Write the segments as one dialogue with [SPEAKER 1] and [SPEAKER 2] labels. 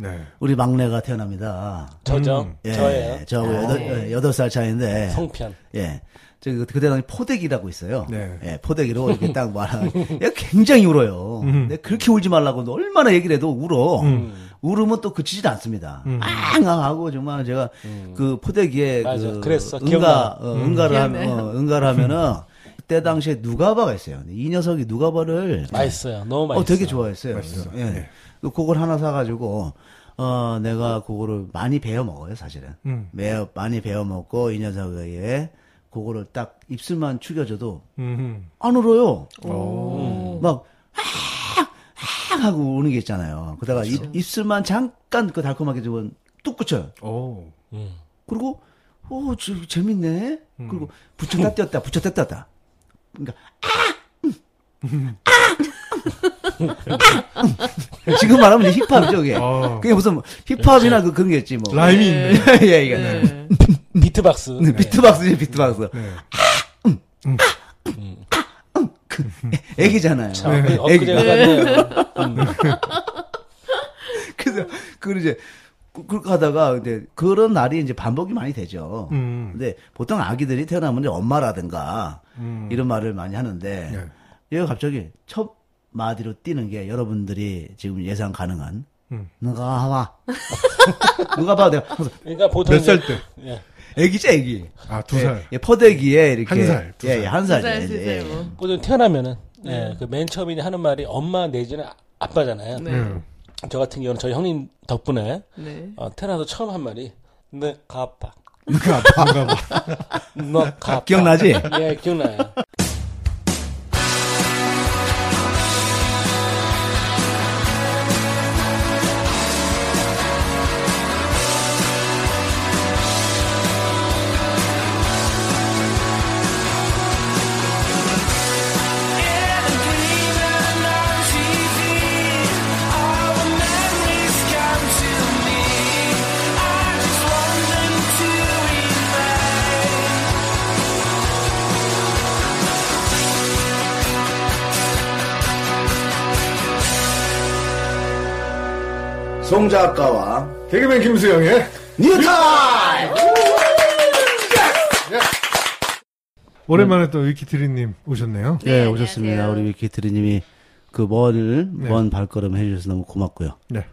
[SPEAKER 1] 네.
[SPEAKER 2] 우리 막내가 태어납니다.
[SPEAKER 3] 저죠.
[SPEAKER 2] 예,
[SPEAKER 3] 저예요.
[SPEAKER 2] 저하고
[SPEAKER 4] 아,
[SPEAKER 2] 여덟,
[SPEAKER 4] 네.
[SPEAKER 2] 예, 여덟 살 차이인데.
[SPEAKER 3] 성편.
[SPEAKER 2] 예. 저, 그- 그때 당시 포대기라고 있어요.
[SPEAKER 1] 네.
[SPEAKER 2] 예, 포대기로 이렇게 딱 말하. 얘가 굉장히 울어요. 근데 그렇게 울지 말라고 얼마나 얘기를 해도 울어.
[SPEAKER 3] 음.
[SPEAKER 2] 울으면 또 그치질 않습니다. 앙! 앙! 하고 정말 제가 그 포대기에
[SPEAKER 3] 음. 맞아.
[SPEAKER 2] 그
[SPEAKER 3] 그랬어.
[SPEAKER 2] 응가,
[SPEAKER 3] 기억나.
[SPEAKER 2] 어, 응가를 하면,
[SPEAKER 4] 기억나요.
[SPEAKER 2] 어, 응가를 하면은 그때 당시에 누가바가 있어요. 근데 이 녀석이 누가바를
[SPEAKER 3] 맛있어요. 너무 맛있어요.
[SPEAKER 2] 어, 되게 좋아했어요.
[SPEAKER 1] 맛있어.
[SPEAKER 2] 예.
[SPEAKER 1] 예.
[SPEAKER 2] 그 그걸 하나 사가지고, 어, 내가 그거를 많이 배워 먹어요, 사실은.
[SPEAKER 1] 음.
[SPEAKER 2] 매어, 많이 배워 먹고, 이 녀석에게 그거를 딱 입술만 축여줘도
[SPEAKER 1] 음.
[SPEAKER 2] 안 울어요. 음. 막, 아, 아, 하고 우는 게 있잖아요. 그러다가 입, 입술만 잠깐 그 달콤하게 주면 뚝 붙여요.
[SPEAKER 1] 오.
[SPEAKER 2] 그리고, 오, 저, 재밌네. 그리고 붙였다 떼었다, 붙였다 떼었다. 그러니까, 아! 음, 아! 음, 아! 음. 지금 말하면 이제 힙합이죠, 그게.
[SPEAKER 1] 어.
[SPEAKER 2] 그게 무슨 뭐 힙합이나 그, 그런 게 있지, 뭐.
[SPEAKER 1] 라임이 있네.
[SPEAKER 2] 예, 이게.
[SPEAKER 4] 네.
[SPEAKER 3] 비트박스.
[SPEAKER 2] 네, 비트박스지, 비트박스. 아, 음.
[SPEAKER 1] 네. 음.
[SPEAKER 2] 그 애기잖아요.
[SPEAKER 3] 참, 그
[SPEAKER 2] 네, 애기.
[SPEAKER 3] 엊그제가 같네요.
[SPEAKER 2] 그래서, 그걸 이제, 그- 그렇게 하다가, 이제, 그런 날이 이제 반복이 많이 되죠.
[SPEAKER 1] 음.
[SPEAKER 2] 근데 보통 아기들이 태어나면 이제 엄마라든가, 이런 말을 많이 하는데, 얘가 갑자기 첫 마디로 뛰는 게 여러분들이 지금 예상 가능한, 누가 봐. 누가 봐. 내가 항상,
[SPEAKER 3] 그러니까 보통
[SPEAKER 1] 몇 살
[SPEAKER 3] 이제-
[SPEAKER 1] 때?
[SPEAKER 3] 예.
[SPEAKER 2] 애기죠, 애기.
[SPEAKER 1] 아, 두 살.
[SPEAKER 2] 예, 예, 퍼대기에 이렇게.
[SPEAKER 1] 한 살, 두 살.
[SPEAKER 2] 예, 예, 한 살.
[SPEAKER 4] 진짜, 진짜
[SPEAKER 2] 예, 예.
[SPEAKER 4] 뭐.
[SPEAKER 3] 꾸준히 태어나면은
[SPEAKER 2] 네.
[SPEAKER 3] 예, 그 맨 처음에 하는 말이 엄마 내지는 아- 아빠잖아요.
[SPEAKER 4] 네.
[SPEAKER 3] 저 같은 경우는 저희 형님 덕분에
[SPEAKER 4] 네.
[SPEAKER 3] 어, 태어나서 처음 한 말이 네 가파.
[SPEAKER 1] 누가 아빠, 누가 아빠.
[SPEAKER 3] 너 가파.
[SPEAKER 2] 기억나지?
[SPEAKER 3] 예, 기억나요.
[SPEAKER 2] 송 작가와
[SPEAKER 1] 개그맨 김수영의
[SPEAKER 2] 뉴타임!
[SPEAKER 1] 네. 오랜만에 또 위키트리님 오셨네요.
[SPEAKER 2] 네,
[SPEAKER 4] 네,
[SPEAKER 2] 오셨습니다.
[SPEAKER 4] 안녕하세요.
[SPEAKER 2] 우리 위키트리님이 그 먼을,
[SPEAKER 1] 네.
[SPEAKER 2] 먼 발걸음 해주셔서 너무 고맙고요.
[SPEAKER 1] 네.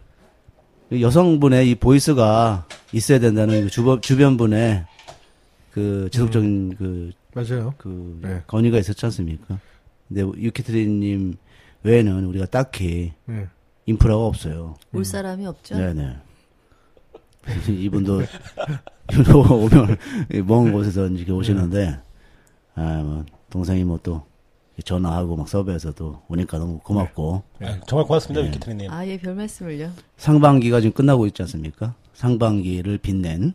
[SPEAKER 2] 여성분의 이 보이스가 있어야 된다는 그 주변, 주변분의 그 지속적인 그,
[SPEAKER 1] 맞아요.
[SPEAKER 2] 그
[SPEAKER 1] 네.
[SPEAKER 2] 건의가 있었지 않습니까? 근데 유키트리님 외에는 우리가 딱히
[SPEAKER 1] 네.
[SPEAKER 2] 인프라가 없어요.
[SPEAKER 4] 올 사람이 없죠?
[SPEAKER 2] 네네. 이분도, 이분도 오면 이먼 곳에서 이렇게 오시는데, 아, 뭐, 동생이 뭐 또 전화하고 막 섭외해서 또 오니까 너무 고맙고,
[SPEAKER 3] 아, 정말 고맙습니다, 위키트리님.
[SPEAKER 4] 아, 예, 별 말씀을요.
[SPEAKER 2] 상반기가 지금 끝나고 있지 않습니까? 상반기를 빛낸,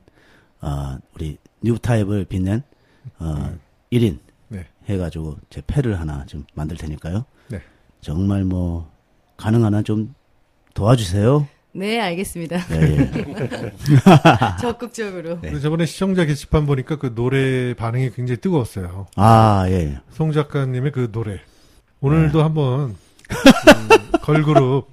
[SPEAKER 2] 어, 우리 뉴타입을 빛낸, 어, 1인
[SPEAKER 1] 네.
[SPEAKER 2] 해가지고 제 패를 하나 지금 만들 테니까요.
[SPEAKER 1] 네.
[SPEAKER 2] 정말 뭐, 가능한 한 좀 도와주세요.
[SPEAKER 4] 네, 알겠습니다.
[SPEAKER 2] 예, 예.
[SPEAKER 4] 적극적으로.
[SPEAKER 1] 근데 저번에 시청자 게시판 보니까 그 노래 반응이 굉장히 뜨거웠어요.
[SPEAKER 2] 아, 예.
[SPEAKER 1] 송 작가님의 그 노래. 오늘도 한번 음, 걸그룹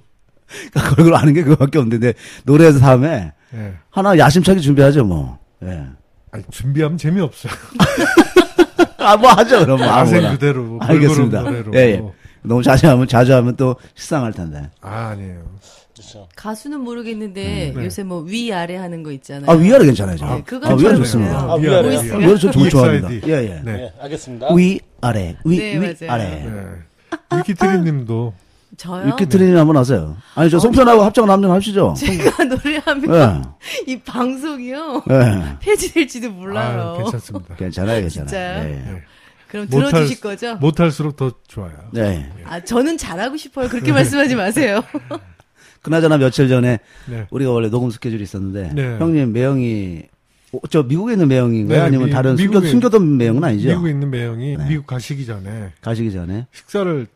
[SPEAKER 2] 그러니까 걸그룹 아는 게 그거밖에 없는데 노래에서 다음에
[SPEAKER 1] 예.
[SPEAKER 2] 하나 야심차게 준비하죠 뭐. 예.
[SPEAKER 1] 아니, 준비하면 재미없어요.
[SPEAKER 2] 아뭐 하죠 그럼 뭐
[SPEAKER 1] 야생
[SPEAKER 2] 아무거나.
[SPEAKER 1] 그대로
[SPEAKER 2] 알겠습니다.
[SPEAKER 1] 걸그룹 노래로.
[SPEAKER 2] 예, 예. 너무 자주 하면 자주 하면 또 식상할 텐데.
[SPEAKER 1] 아, 아니에요.
[SPEAKER 3] 그렇죠.
[SPEAKER 4] 가수는 모르겠는데
[SPEAKER 1] 네.
[SPEAKER 4] 요새 뭐 위아래 하는 거 있잖아요.
[SPEAKER 2] 아 위아래 괜찮아요. 저.
[SPEAKER 4] 네,
[SPEAKER 2] 아,
[SPEAKER 4] 그건
[SPEAKER 2] 위아래
[SPEAKER 4] 좋아요. 뭐
[SPEAKER 2] 좋습니다.
[SPEAKER 3] 아, 위아래.
[SPEAKER 1] 뭐
[SPEAKER 4] 보이스.
[SPEAKER 2] 아, 위아래 저 정말 좋아합니다.
[SPEAKER 1] EXID.
[SPEAKER 2] 예 예.
[SPEAKER 1] 네.
[SPEAKER 3] 예, 알겠습니다.
[SPEAKER 2] 위 아래 위 위
[SPEAKER 4] 네, 맞아요.
[SPEAKER 2] 아래.
[SPEAKER 1] 예. 위키트리님도
[SPEAKER 4] 저요? 어.
[SPEAKER 2] 이렇게 트레이닝 한번 하세요. 아니 저 송편하고 합작을 한번 하시죠.
[SPEAKER 4] 제가
[SPEAKER 2] 예.
[SPEAKER 4] 노래하면 이 방송이요
[SPEAKER 2] 예.
[SPEAKER 4] 폐지될지도 몰라요.
[SPEAKER 1] 아, 괜찮습니다.
[SPEAKER 2] 괜찮아요,
[SPEAKER 4] 진짜요?
[SPEAKER 2] 괜찮아요. 예.
[SPEAKER 1] 예.
[SPEAKER 4] 그럼
[SPEAKER 1] 못할
[SPEAKER 4] 들어주실
[SPEAKER 1] 수-
[SPEAKER 4] 거죠?
[SPEAKER 1] 못할수록 더 좋아요.
[SPEAKER 2] 네.
[SPEAKER 4] 아 저는 잘하고 싶어요. 그렇게 말씀하지 마세요.
[SPEAKER 2] 그나저나 며칠 전에
[SPEAKER 1] 네.
[SPEAKER 2] 우리가 원래 녹음 스케줄이 있었는데
[SPEAKER 1] 네.
[SPEAKER 2] 형님 매형이 어, 저 미국에 있는 매형인가요?
[SPEAKER 1] 네,
[SPEAKER 2] 아니면
[SPEAKER 1] 미-
[SPEAKER 2] 다른 숨겨,
[SPEAKER 1] 미국에-
[SPEAKER 2] 숨겨둔 매형은 아니죠? 네.
[SPEAKER 1] 미국에 있는 매형이 미국 가시기 전에
[SPEAKER 2] 가시기 전에
[SPEAKER 1] 식사를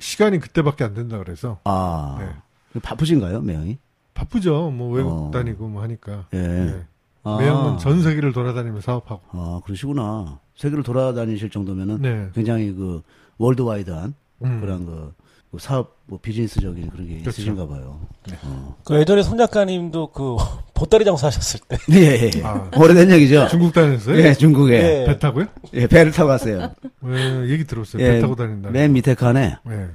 [SPEAKER 1] 시간이 그때밖에 안 된다 그래서
[SPEAKER 2] 아
[SPEAKER 1] 네.
[SPEAKER 2] 바쁘신가요, 매형이?
[SPEAKER 1] 바쁘죠. 뭐 외국
[SPEAKER 2] 어.
[SPEAKER 1] 다니고 뭐 하니까.
[SPEAKER 2] 예.
[SPEAKER 1] 예.
[SPEAKER 2] 아.
[SPEAKER 1] 매형은 전 세계를 돌아다니며 사업하고.
[SPEAKER 2] 아 그러시구나. 세계를 돌아다니실 정도면은
[SPEAKER 1] 네.
[SPEAKER 2] 굉장히 그 월드와이드한
[SPEAKER 1] 음. 그렇죠.
[SPEAKER 2] 그런 그, 뭐 사업 뭐 비즈니스적인 그런 게 있으신가 봐요.
[SPEAKER 1] 네.
[SPEAKER 2] 어.
[SPEAKER 3] 그 예전에 손 작가님도 그 보따리 장사하셨을 때.
[SPEAKER 2] 예, 예, 예.
[SPEAKER 1] 아. 네.
[SPEAKER 2] 오래된 얘기죠.
[SPEAKER 1] 중국 다녔어요?
[SPEAKER 2] 예, 중국에
[SPEAKER 1] 배 타고요?
[SPEAKER 2] 예, 배를 타고 갔어요.
[SPEAKER 1] 예, 얘기 들었어요.
[SPEAKER 2] 예,
[SPEAKER 1] 배 타고 다닌다.
[SPEAKER 2] 맨 밑에 칸에
[SPEAKER 1] 예.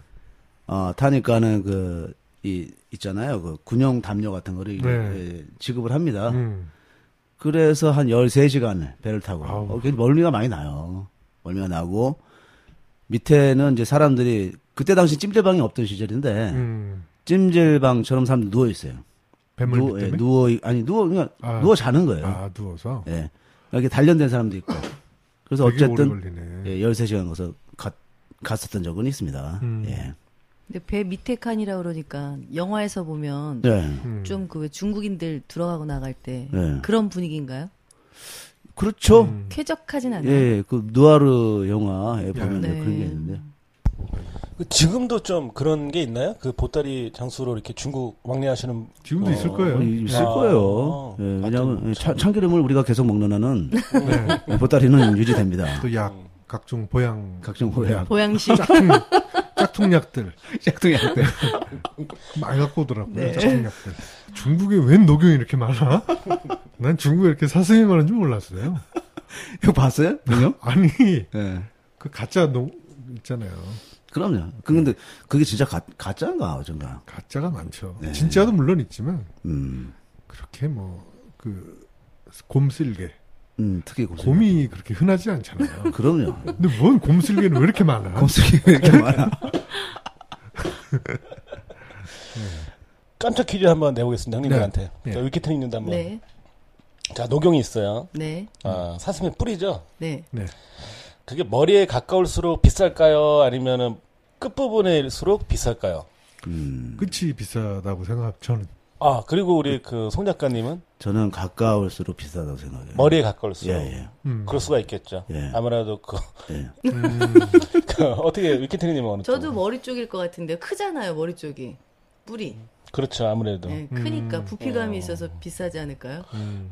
[SPEAKER 2] 어, 타니까는 그, 이, 있잖아요. 그 군용 담요 같은 거를
[SPEAKER 1] 네.
[SPEAKER 2] 예, 지급을 합니다.
[SPEAKER 1] 음.
[SPEAKER 2] 그래서 한 13시간을 배를 타고.
[SPEAKER 1] 아우.
[SPEAKER 2] 어, 굉장히 멀미가 많이 나요. 멀미가 나고, 밑에는 이제 사람들이, 그때 당시 찜질방이 없던 시절인데,
[SPEAKER 1] 음.
[SPEAKER 2] 찜질방처럼 사람들 누워있어요.
[SPEAKER 1] 뱀을
[SPEAKER 2] 누워,
[SPEAKER 1] 때문에?
[SPEAKER 2] 예, 누워, 아니, 누워, 그냥
[SPEAKER 1] 아.
[SPEAKER 2] 누워 자는 거예요.
[SPEAKER 1] 아, 누워서.
[SPEAKER 2] 예. 이렇게 단련된 사람도 있고. 그래서
[SPEAKER 1] 되게 오래
[SPEAKER 2] 어쨌든,
[SPEAKER 1] 걸리네.
[SPEAKER 2] 예, 13시간 가서 갔, 갔었던 적은 있습니다.
[SPEAKER 1] 음.
[SPEAKER 2] 예.
[SPEAKER 4] 근데 배 밑에 칸이라 그러니까 영화에서 보면
[SPEAKER 2] 예.
[SPEAKER 4] 좀 그 왜 중국인들 들어가고 나갈 때
[SPEAKER 2] 네.
[SPEAKER 4] 그런 분위기인가요?
[SPEAKER 2] 그렇죠.
[SPEAKER 1] 음.
[SPEAKER 4] 쾌적하진 않아요.
[SPEAKER 2] 예, 그 누아르 영화에 보면
[SPEAKER 4] 네.
[SPEAKER 2] 그런 게 있는데.
[SPEAKER 3] 그 지금도 좀 그런 게 있나요? 그 보따리 장수로 이렇게 중국 왕래하시는
[SPEAKER 1] 지금도 있을 거예요.
[SPEAKER 2] 어, 있을
[SPEAKER 3] 아,
[SPEAKER 2] 거예요.
[SPEAKER 3] 아,
[SPEAKER 2] 예,
[SPEAKER 3] 하여튼
[SPEAKER 2] 왜냐하면 참- 네. 참기름을 우리가 계속 먹는 한은 보따리는 유지됩니다.
[SPEAKER 1] 또 약, 각종 보양.
[SPEAKER 2] 각종 보약.
[SPEAKER 4] 보양식
[SPEAKER 1] 짝퉁, 짝퉁약들.
[SPEAKER 2] 네. 뭐, 짝퉁이 안 돼.
[SPEAKER 1] 많이 갖고 오더라고요. 짝퉁약들. 중국에 웬 녹용이 이렇게 많아? 난 중국에 이렇게 사슴이 많은 줄 몰랐어요.
[SPEAKER 2] 이거 봤어요? 그요?
[SPEAKER 1] 아니,
[SPEAKER 2] 예.
[SPEAKER 1] 그 가짜 농, 있잖아요.
[SPEAKER 2] 그럼요. 근데 그게 진짜 가, 가짜인가 어쩐가.
[SPEAKER 1] 가짜가 많죠. 진짜도 물론 있지만,
[SPEAKER 2] 음,
[SPEAKER 1] 그렇게 뭐, 그, 곰슬개.
[SPEAKER 2] 음 특히 곰.
[SPEAKER 1] 곰이 그렇게 흔하지 않잖아요.
[SPEAKER 2] 그럼요.
[SPEAKER 1] 근데 뭔 곰슬개는 왜 이렇게 많아?
[SPEAKER 2] 곰쓰기 왜 이렇게 많아?
[SPEAKER 3] 깜짝 퀴즈 한번 내보겠습니다. 형님들한테.
[SPEAKER 1] 네.
[SPEAKER 3] 자, 위키트님도 한번.
[SPEAKER 4] 네,
[SPEAKER 3] 자, 녹용이 있어요.
[SPEAKER 4] 네,
[SPEAKER 3] 아, 사슴의 뿌리죠?
[SPEAKER 4] 네.
[SPEAKER 1] 네.
[SPEAKER 3] 그게 머리에 가까울수록 비쌀까요? 아니면은 끝부분일수록 비쌀까요?
[SPEAKER 2] 음,
[SPEAKER 1] 끝이 비싸다고 생각합니다. 저는.
[SPEAKER 3] 아, 그리고 우리 그 송 작가님은
[SPEAKER 2] 저는 가까울수록 비싸다고 생각해요.
[SPEAKER 3] 머리에
[SPEAKER 2] 예,
[SPEAKER 3] 가까울수록.
[SPEAKER 2] 예.
[SPEAKER 1] 음.
[SPEAKER 3] 그럴 수가 있겠죠.
[SPEAKER 2] 예.
[SPEAKER 3] 아무래도 그,
[SPEAKER 2] 예.
[SPEAKER 3] 그 어떻게 위키트님은 어느
[SPEAKER 4] 저도 뭐
[SPEAKER 3] 쪽?
[SPEAKER 4] 머리 쪽일 것 같은데 크잖아요 머리 쪽이 뿌리.
[SPEAKER 3] 그렇죠. 아무래도.
[SPEAKER 4] 네, 크니까 부피감이 있어서 비싸지 않을까요?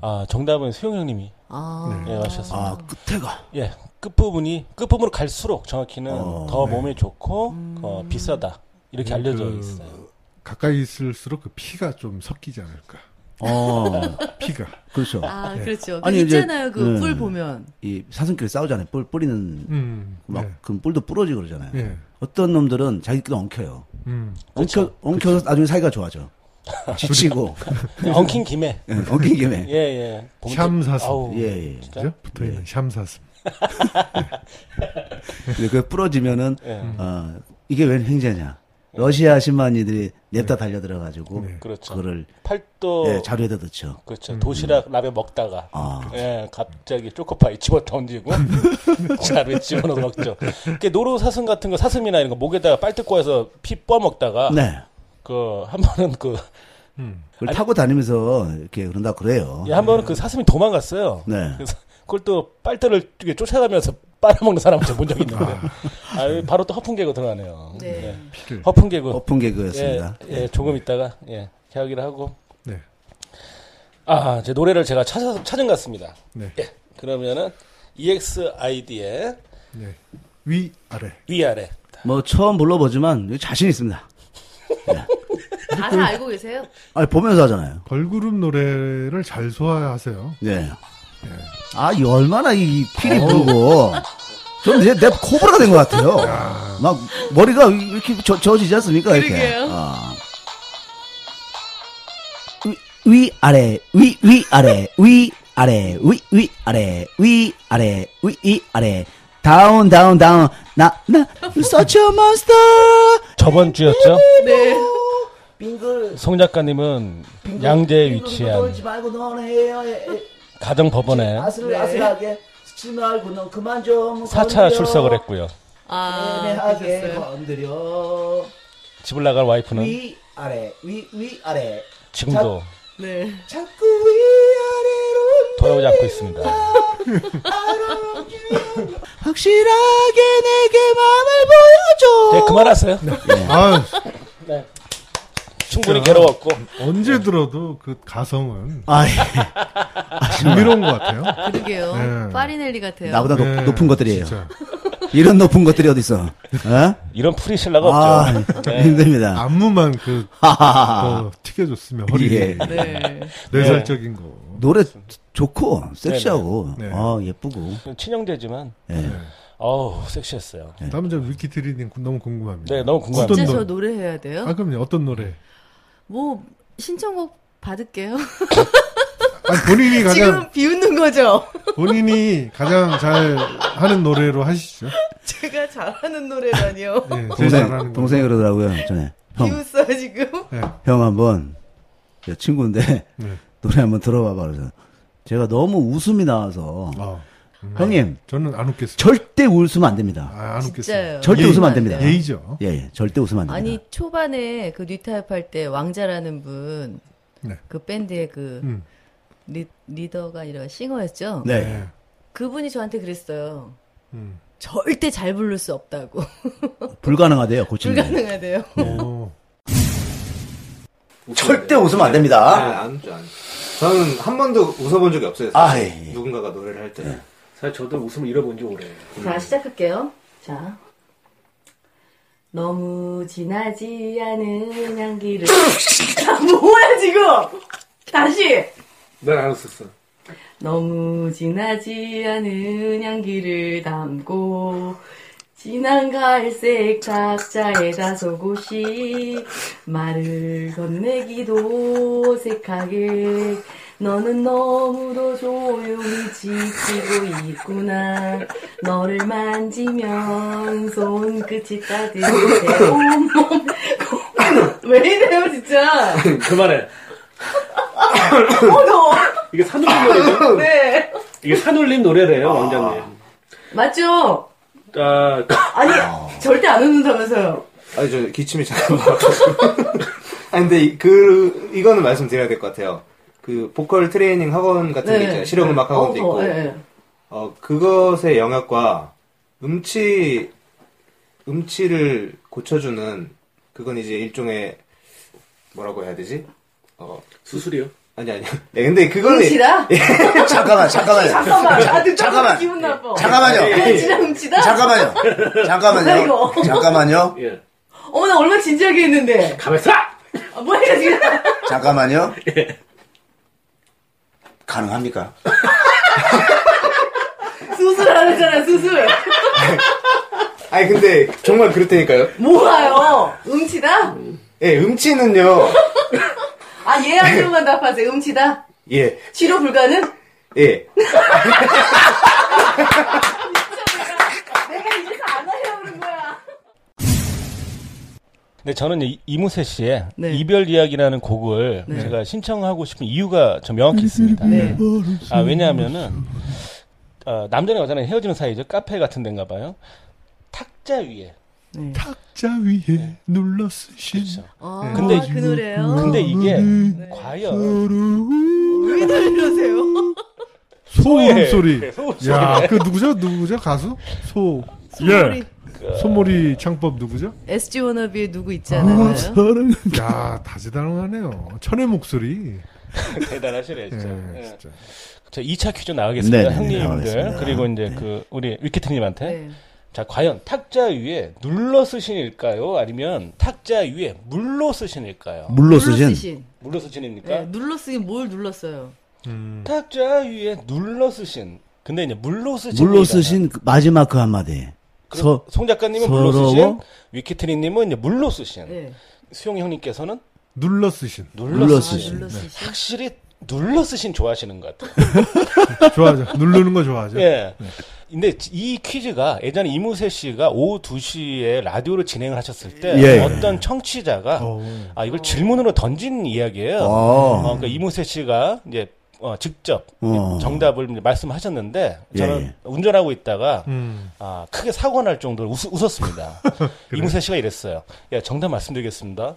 [SPEAKER 3] 아, 정답은 수용 형님이
[SPEAKER 4] 아,
[SPEAKER 3] 예, 하셨습니다.
[SPEAKER 2] 아, 끝에가.
[SPEAKER 3] 예, 끝부분이 끝부분으로 갈수록 정확히는
[SPEAKER 2] 어, 네,
[SPEAKER 3] 더 몸에 좋고 어, 비싸다 이렇게 알려져
[SPEAKER 1] 그-
[SPEAKER 3] 있어요.
[SPEAKER 1] 가까이 있을수록 그 피가 좀 섞이지 않을까.
[SPEAKER 2] 어,
[SPEAKER 1] 피가.
[SPEAKER 2] 그렇죠.
[SPEAKER 4] 아 그렇죠.
[SPEAKER 2] 아니,
[SPEAKER 4] 그
[SPEAKER 2] 이제-
[SPEAKER 4] 있잖아요 그
[SPEAKER 2] 네.
[SPEAKER 4] 뿔 보면
[SPEAKER 2] 이 사슴끼리 싸우잖아요. 뿔 뿌리는
[SPEAKER 1] 음.
[SPEAKER 2] 막
[SPEAKER 1] 네.
[SPEAKER 2] 그럼 뿔도 부러지고 그러잖아요.
[SPEAKER 1] 예.
[SPEAKER 2] 어떤 놈들은 자기끼리 엉켜요.
[SPEAKER 1] 음.
[SPEAKER 3] 그렇죠.
[SPEAKER 2] 엉켜 엉켜서 나중에 사이가 좋아져. 지치고
[SPEAKER 3] 그냥 엉킨 김에
[SPEAKER 2] 예, 엉킨 김에
[SPEAKER 3] 예, 예. 보면
[SPEAKER 1] 샴
[SPEAKER 3] 또-
[SPEAKER 1] 사슴.
[SPEAKER 3] 아우,
[SPEAKER 2] 예, 예.
[SPEAKER 3] 진짜? 네.
[SPEAKER 1] 그죠? 붙어 있는 샴사슴.
[SPEAKER 2] 근데 그 부러지면은
[SPEAKER 3] 예.
[SPEAKER 2] 어, 이게 웬 행제냐? 러시아 신만이들이 냅다 달려 들어가지고
[SPEAKER 1] 네.
[SPEAKER 3] 그렇죠. 어.
[SPEAKER 2] 그거를
[SPEAKER 3] 팔도
[SPEAKER 2] 예, 자루에다 넣죠.
[SPEAKER 3] 그렇죠. 도시락 라면 먹다가
[SPEAKER 2] 아.
[SPEAKER 3] 예, 갑자기 초코파이 집어 던지고 자루에 집어넣어 먹죠. 이게 노루 사슴 같은 거 사슴이나 이런 거 목에다가 빨대 꼬아서 피 뻐 먹다가
[SPEAKER 2] 네.
[SPEAKER 3] 그 한 번은 그
[SPEAKER 2] 그걸 타고 다니면서 이렇게 그런다 그래요.
[SPEAKER 3] 예, 한 번은 그 사슴이 도망갔어요.
[SPEAKER 2] 네.
[SPEAKER 3] 그래서 그걸 또 빨대를 이렇게 쫓아가면서 빨아먹는 사람을 제가 본 적이 있는데. 아, 바로 또 허풍 개그 들어가네요.
[SPEAKER 4] 네.
[SPEAKER 1] 피를.
[SPEAKER 3] 허풍 개그.
[SPEAKER 2] 오픈 개그였습니다.
[SPEAKER 3] 예, 예, 조금 있다가 예, 이야기를 하고
[SPEAKER 1] 네.
[SPEAKER 3] 아, 제 노래를 제가 찾아 찾은 것 같습니다.
[SPEAKER 1] 네.
[SPEAKER 3] 예. 그러면은 E EXID의
[SPEAKER 1] 네. 위 아래.
[SPEAKER 3] 위아래.
[SPEAKER 2] 뭐 처음 불러보지만 자신 있습니다. 그
[SPEAKER 4] 가사 알고 계세요?
[SPEAKER 2] 아니 보면서 하잖아요.
[SPEAKER 1] 걸그룹 노래를 잘 소화하세요.
[SPEAKER 2] 네. 아, 이 얼마나 이 필이 부르고. 저는 이제 내 코브라가 된 것 같아요. 막 머리가 이렇게 저, 저어지지 않습니까? 이렇게.
[SPEAKER 4] 그러게요.
[SPEAKER 2] 아. 위, 위, 아래, 위, 위, 아래, 위, 아래, 위, 위, 아래, 위, 아래, 위, 위, 아래. 다운, 다운, 다운. 나, 나, you're such a monster.
[SPEAKER 3] 저번 주였죠?
[SPEAKER 4] 네.
[SPEAKER 2] 빙글,
[SPEAKER 3] 송 작가님은 양재에 위치한
[SPEAKER 2] 말고 넌 해요.
[SPEAKER 3] 가정 법원에
[SPEAKER 2] 아, 아슬아슬하게 스치 말고 넌 그만 좀.
[SPEAKER 3] 4차 출석을 했고요.
[SPEAKER 2] 네,
[SPEAKER 4] 아,
[SPEAKER 2] 애매하게
[SPEAKER 4] 그러셨어요.
[SPEAKER 2] 건드려
[SPEAKER 3] 집을 나갈 와이프는
[SPEAKER 2] 위 아래 위 위 아래
[SPEAKER 3] 지금도
[SPEAKER 2] 예.
[SPEAKER 4] 네.
[SPEAKER 2] 자꾸 위
[SPEAKER 3] 돌아오지 않고 있습니다.
[SPEAKER 2] 아래로 확실하게 내게 마음을 보여줘
[SPEAKER 3] 네, 그만하세요.
[SPEAKER 1] 아,
[SPEAKER 3] 충분히 괴로웠고.
[SPEAKER 1] 언제 들어도 그 가성은
[SPEAKER 2] 아, 예.
[SPEAKER 1] 흥미로운 것 같아요.
[SPEAKER 4] 그러게요.
[SPEAKER 1] 네.
[SPEAKER 4] 파리넬리 같아요.
[SPEAKER 2] 나보다 높-
[SPEAKER 1] 네,
[SPEAKER 2] 높은 것들이에요
[SPEAKER 1] 진짜.
[SPEAKER 2] 이런 높은 것들이 어디 있어? 어?
[SPEAKER 3] 이런 프리실라가
[SPEAKER 2] 아,
[SPEAKER 3] 없죠. 네.
[SPEAKER 2] 힘듭니다.
[SPEAKER 1] 안무만 그
[SPEAKER 2] 하하하하.
[SPEAKER 1] 더 튀겨줬으면 허리
[SPEAKER 2] 예.
[SPEAKER 4] 네.
[SPEAKER 1] 내살적인 거.
[SPEAKER 2] 노래 좋고 섹시하고
[SPEAKER 1] 네, 네.
[SPEAKER 2] 아, 예쁘고
[SPEAKER 3] 친형제지만
[SPEAKER 2] 예.
[SPEAKER 3] 어우 섹시했어요.
[SPEAKER 2] 네.
[SPEAKER 1] 다음 점 위키 트리님 너무 궁금합니다.
[SPEAKER 3] 네 너무 궁금합니다.
[SPEAKER 1] 어떤
[SPEAKER 4] 진짜 저
[SPEAKER 1] 노래?
[SPEAKER 4] 노래 해야 돼요?
[SPEAKER 1] 아 그럼요. 어떤 노래?
[SPEAKER 4] 뭐 신청곡 받을게요.
[SPEAKER 1] 아니, 본인이 가장
[SPEAKER 4] 지금 비웃는 거죠?
[SPEAKER 1] 본인이 가장 잘 하는 노래로 하시죠.
[SPEAKER 4] 제가 잘하는 노래라니요.
[SPEAKER 1] 예, 제일
[SPEAKER 2] 동생
[SPEAKER 1] 잘하는 거.
[SPEAKER 2] 동생이 그러더라고요 전에 네. 형
[SPEAKER 4] 비웃어 지금.
[SPEAKER 1] 예,
[SPEAKER 2] 형 한번 내 친구인데
[SPEAKER 1] 네.
[SPEAKER 2] 노래 한번 들어봐봐 그래서 제가 너무 웃음이 나와서
[SPEAKER 1] 아,
[SPEAKER 3] 음.
[SPEAKER 2] 형님
[SPEAKER 1] 저는 안 웃겠습니다.
[SPEAKER 2] 절대 웃으면 안 됩니다.
[SPEAKER 1] 아, 안 웃겠습니다.
[SPEAKER 4] 진짜요. 네.
[SPEAKER 2] 절대
[SPEAKER 1] 예의-
[SPEAKER 2] 웃으면 안 됩니다.
[SPEAKER 3] 아,
[SPEAKER 1] 예의죠.
[SPEAKER 2] 예, 예, 절대 웃으면 안 됩니다.
[SPEAKER 4] 아니 초반에 그 뉴타입 할 때 왕자라는 분 그
[SPEAKER 1] 네.
[SPEAKER 4] 밴드의 그
[SPEAKER 1] 음.
[SPEAKER 4] 리, 리더가 아니라 싱어였죠.
[SPEAKER 2] 네.
[SPEAKER 1] 예.
[SPEAKER 4] 그분이 저한테 그랬어요.
[SPEAKER 1] 음.
[SPEAKER 4] 절대 잘 부를 수 없다고
[SPEAKER 2] 음. 불가능하대요 고치는 게.
[SPEAKER 4] 불가능하대요.
[SPEAKER 1] 어,
[SPEAKER 2] 절대 웃으면 안
[SPEAKER 5] 아,
[SPEAKER 3] 네.
[SPEAKER 2] 됩니다.
[SPEAKER 5] 안 웃죠, 안 웃죠. 저는 한 번도 웃어본 적이 없어요.
[SPEAKER 2] 아,
[SPEAKER 5] 사실.
[SPEAKER 2] 예, 예.
[SPEAKER 5] 누군가가 노래를 할 때.
[SPEAKER 3] 사실 저도 웃음을 잃어본 지 오래예요.
[SPEAKER 4] 자, 시작할게요. 자. 너무 진하지 않은 향기를. 아, 뭐야, 지금! 다시!
[SPEAKER 5] 난 안 웃었어.
[SPEAKER 4] 너무 진하지 않은 향기를 담고, 진한 갈색 탁자에 다소곳이 말을 건네기도 어색하게 너는 너무도 조용히 지키고 있구나 너를 만지면 손끝이 따뜻해 온몸 왜 이래요 진짜
[SPEAKER 3] 그만해.
[SPEAKER 4] 어너
[SPEAKER 3] 이게 산울림 노래죠?
[SPEAKER 4] 네
[SPEAKER 3] 이게 산울림 노래래요 왕자님.
[SPEAKER 4] 맞죠?
[SPEAKER 3] 아
[SPEAKER 4] 아니 절대 안 웃는다면서요
[SPEAKER 5] 아니, 저 기침이 잘안 나와가지고. 아니, 근데 이- 그, 이거는 말씀드려야 될 것 같아요. 그, 보컬 트레이닝 학원 같은 게 있잖아요. 실용음악 학원도
[SPEAKER 4] 네. 어,
[SPEAKER 5] 있고.
[SPEAKER 4] 어, 네.
[SPEAKER 5] 어, 그것의 영역과 음치, 음치를 고쳐주는, 그건 이제 일종의, 뭐라고 해야 되지? 어,
[SPEAKER 3] 수술이요?
[SPEAKER 5] 아니, 아니. 네, 근데 그거는.
[SPEAKER 4] 음치다?
[SPEAKER 2] 잠깐만, 잠깐만요.
[SPEAKER 4] 잠깐만 아 근데
[SPEAKER 2] 잠깐만.
[SPEAKER 4] 잠깐만 기분 나빠
[SPEAKER 2] 잠깐만요.
[SPEAKER 4] 음치다 음치다?
[SPEAKER 2] 잠깐만요. 잠깐만요.
[SPEAKER 4] 아이고.
[SPEAKER 2] 잠깐만요.
[SPEAKER 3] 예.
[SPEAKER 4] 어머 나 얼마나 진지하게 했는데
[SPEAKER 3] 가만있어!
[SPEAKER 4] 아, 뭐야 이거 지금
[SPEAKER 2] 잠깐만요.
[SPEAKER 3] 예.
[SPEAKER 2] 가능합니까?
[SPEAKER 4] 수술하잖아 수술
[SPEAKER 5] 아니, 근데 정말 그렇다니까요.
[SPEAKER 4] 뭐가요 음치다?
[SPEAKER 5] 예, 음치는요.
[SPEAKER 4] 아 예약으로만 답하세요 음치다?
[SPEAKER 5] 예,
[SPEAKER 4] 치료 불가능?
[SPEAKER 5] 예.
[SPEAKER 4] 내가 이래서 안 하려고 그런 거야
[SPEAKER 3] 근데 저는 이- 이문세 씨의
[SPEAKER 4] 네.
[SPEAKER 3] 이별 이야기라는 곡을 제가 신청하고 싶은 이유가 좀 명확히 있습니다.
[SPEAKER 4] 네.
[SPEAKER 3] 아, 왜냐하면은, 어, 남자랑 여자랑 헤어지는 사이죠. 카페 같은 데인가 봐요. 탁자 위에.
[SPEAKER 4] 네.
[SPEAKER 1] 탁자 위에
[SPEAKER 3] 네.
[SPEAKER 1] 눌러 쓰신.
[SPEAKER 3] 그렇죠.
[SPEAKER 4] 아,
[SPEAKER 3] 근데
[SPEAKER 4] 그 노래요?
[SPEAKER 3] 근데 이게 음.
[SPEAKER 1] 네.
[SPEAKER 3] 과연
[SPEAKER 4] 왜 이러세요?
[SPEAKER 1] 소음
[SPEAKER 3] 소예.
[SPEAKER 1] 소리.
[SPEAKER 3] 네, 소음
[SPEAKER 1] 야, 그 누구죠? 누구죠? 가수? 소. 예. 소몰이 창법 누구죠?
[SPEAKER 4] SG 워너비에 누구 있지 않아요?
[SPEAKER 1] 야, 다재다능하네요. 천의 목소리.
[SPEAKER 3] 대단하시네, 진짜.
[SPEAKER 1] 예,
[SPEAKER 3] 예.
[SPEAKER 1] 진짜.
[SPEAKER 3] 자, 2차 퀴즈 나가겠습니다.
[SPEAKER 2] 네, 네, 네,
[SPEAKER 3] 형님들.
[SPEAKER 2] 나가겠습니다. 네.
[SPEAKER 3] 그리고 이제 그, 우리 위키트님한테.
[SPEAKER 4] 네.
[SPEAKER 3] 자, 과연 탁자 위에 눌러 쓰신일까요? 아니면 탁자 위에 물로 쓰신일까요?
[SPEAKER 2] 물로 쓰신.
[SPEAKER 4] 눌러쓰신
[SPEAKER 3] 물로
[SPEAKER 6] 예,
[SPEAKER 3] 쓰신입니까?
[SPEAKER 4] 네, 눌러쓰긴 뭘 눌렀어요?
[SPEAKER 1] 음.
[SPEAKER 3] 탁자 위에 눌러 쓰신. 근데 이제 물로 쓰신.
[SPEAKER 2] 물로 쓰신 그 마지막 그 한마디. 서,
[SPEAKER 3] 송 작가님은 물로
[SPEAKER 2] 서러워?
[SPEAKER 3] 쓰신. 위키트리님은 이제 물로 쓰신.
[SPEAKER 6] 예.
[SPEAKER 4] 네.
[SPEAKER 3] 수용 형님께서는
[SPEAKER 1] 눌러 쓰신.
[SPEAKER 3] 눌러,
[SPEAKER 2] 눌러
[SPEAKER 1] 아,
[SPEAKER 6] 아,
[SPEAKER 3] 쓰신.
[SPEAKER 2] 쓰신.
[SPEAKER 4] 눌러쓰신
[SPEAKER 3] 확실히 눌러 쓰신 좋아하시는 것 같아요.
[SPEAKER 1] 좋아하죠. 누르는 거 좋아하죠.
[SPEAKER 3] 예. 근데 이 퀴즈가 예전에 이무세 씨가 오후 2시에 라디오를 진행을 하셨을 때
[SPEAKER 2] 예.
[SPEAKER 3] 어떤 청취자가
[SPEAKER 1] 어.
[SPEAKER 3] 아, 이걸 질문으로 던진 이야기예요. 어,
[SPEAKER 2] 어.
[SPEAKER 3] 그러니까 이무세 씨가 이제 어, 직접
[SPEAKER 2] 어.
[SPEAKER 3] 정답을 이제 말씀하셨는데 저는
[SPEAKER 2] 예, 예.
[SPEAKER 3] 운전하고 있다가
[SPEAKER 1] 음.
[SPEAKER 3] 아, 크게 사고 날 정도로 웃, 웃었습니다. 이무세 씨가 이랬어요. 야, 정답 말씀드리겠습니다.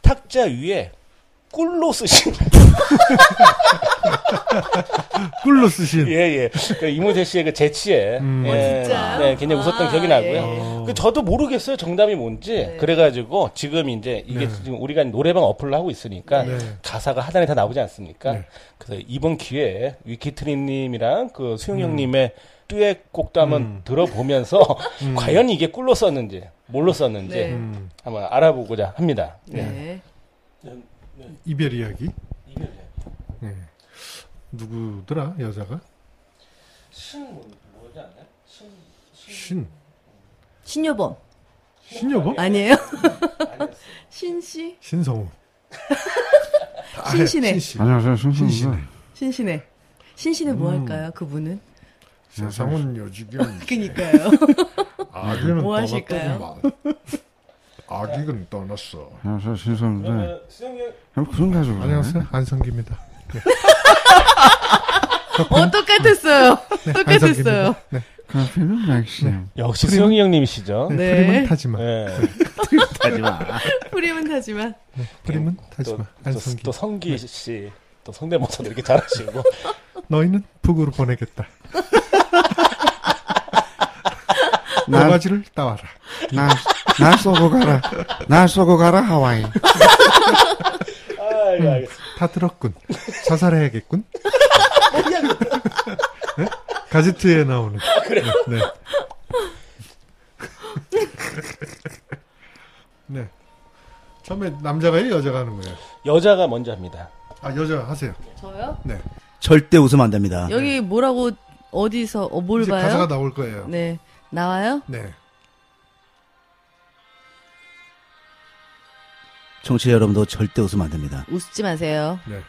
[SPEAKER 3] 탁자 위에 꿀로 쓰신
[SPEAKER 1] 꿀로 쓰신.
[SPEAKER 3] 예, 예. 그 이문세 씨의 그 재치에.
[SPEAKER 1] 음.
[SPEAKER 3] 예.
[SPEAKER 6] 아, 진짜요?
[SPEAKER 3] 네, 굉장히 웃었던
[SPEAKER 6] 아,
[SPEAKER 3] 기억이 나고요.
[SPEAKER 6] 예.
[SPEAKER 1] 어.
[SPEAKER 3] 그 저도 모르겠어요. 정답이 뭔지. 그래가지고 지금 이제 이게 지금 우리가 노래방 어플을 하고 있으니까
[SPEAKER 1] 네.
[SPEAKER 3] 가사가 하단에 다 나오지 않습니까?
[SPEAKER 1] 네.
[SPEAKER 3] 그래서 이번 기회에 위키트리님이랑 그 수용 형님의 듀엣 곡도 한번 들어보면서 과연 이게 꿀로 썼는지 뭘로 썼는지
[SPEAKER 6] 네.
[SPEAKER 1] 음,
[SPEAKER 3] 한번 알아보고자 합니다.
[SPEAKER 6] 네.
[SPEAKER 1] 이별 이야기.
[SPEAKER 3] 이게
[SPEAKER 1] 예. 누구더라 여자가?
[SPEAKER 3] 신 뭐지 않나요?
[SPEAKER 1] 신
[SPEAKER 6] 신여범
[SPEAKER 4] 예.
[SPEAKER 1] 신여범?
[SPEAKER 6] 아니에요? 신씨
[SPEAKER 1] 신성우. 아,
[SPEAKER 6] 신신해.
[SPEAKER 1] 신씨.
[SPEAKER 7] 안녕하세요.
[SPEAKER 1] 신신해.
[SPEAKER 7] 신신입니다.
[SPEAKER 6] 신신해 신신해 뭐
[SPEAKER 1] 음.
[SPEAKER 6] 할까요? 그분은
[SPEAKER 1] 세상은 요지경.
[SPEAKER 6] 그니까요.
[SPEAKER 1] 아기는
[SPEAKER 6] 뭐 하실까요?
[SPEAKER 1] 떠났더니만. 아기는 떠났어.
[SPEAKER 7] 안녕하세요. 신선인데.
[SPEAKER 3] 수용 형
[SPEAKER 7] 형 무슨 가지고?
[SPEAKER 1] 안녕하세요 안성기입니다.
[SPEAKER 6] 어 똑같았어요. 똑같았어요.
[SPEAKER 1] 안성기입니다. 네.
[SPEAKER 7] 그냥 맥시요.
[SPEAKER 3] 역시 수용이 형님이시죠.
[SPEAKER 1] 네.
[SPEAKER 6] 네.
[SPEAKER 1] 프림은 타지마.
[SPEAKER 3] 네.
[SPEAKER 2] 하지마.
[SPEAKER 6] 프림은 하지만
[SPEAKER 1] 프림은
[SPEAKER 3] 또,
[SPEAKER 1] 타지마.
[SPEAKER 3] 또,
[SPEAKER 1] 안성기. 네.
[SPEAKER 3] 또 성기 씨, 또 성대모사도 이렇게 잘하시고.
[SPEAKER 1] 너희는 북으로 보내겠다.
[SPEAKER 7] 나,
[SPEAKER 1] 나바지를 따와라.
[SPEAKER 7] 나, 나 쏘고 가라. 나 쏘고 가라, 하와이.
[SPEAKER 3] 아,
[SPEAKER 1] 음.
[SPEAKER 3] 예, 알겠습니다.
[SPEAKER 1] 다 들었군. 자살해야겠군. 네? 가제트에 나오는. 그래요? 네. 네. 처음에 남자가 해요, 여자가 하는 거예요.
[SPEAKER 3] 여자가 먼저 합니다.
[SPEAKER 1] 아, 여자 하세요.
[SPEAKER 6] 저요?
[SPEAKER 1] 네.
[SPEAKER 2] 절대 웃으면 안 됩니다.
[SPEAKER 6] 여기 뭐라고 어디서 어, 뭘
[SPEAKER 1] 아, 이제
[SPEAKER 6] 봐요?
[SPEAKER 1] 가사가 나올 거예요. 네.
[SPEAKER 6] 네 나와요?
[SPEAKER 2] 청취자 여러분도 절대 웃으면 안 됩니다.
[SPEAKER 6] 웃지 마세요.
[SPEAKER 1] 네.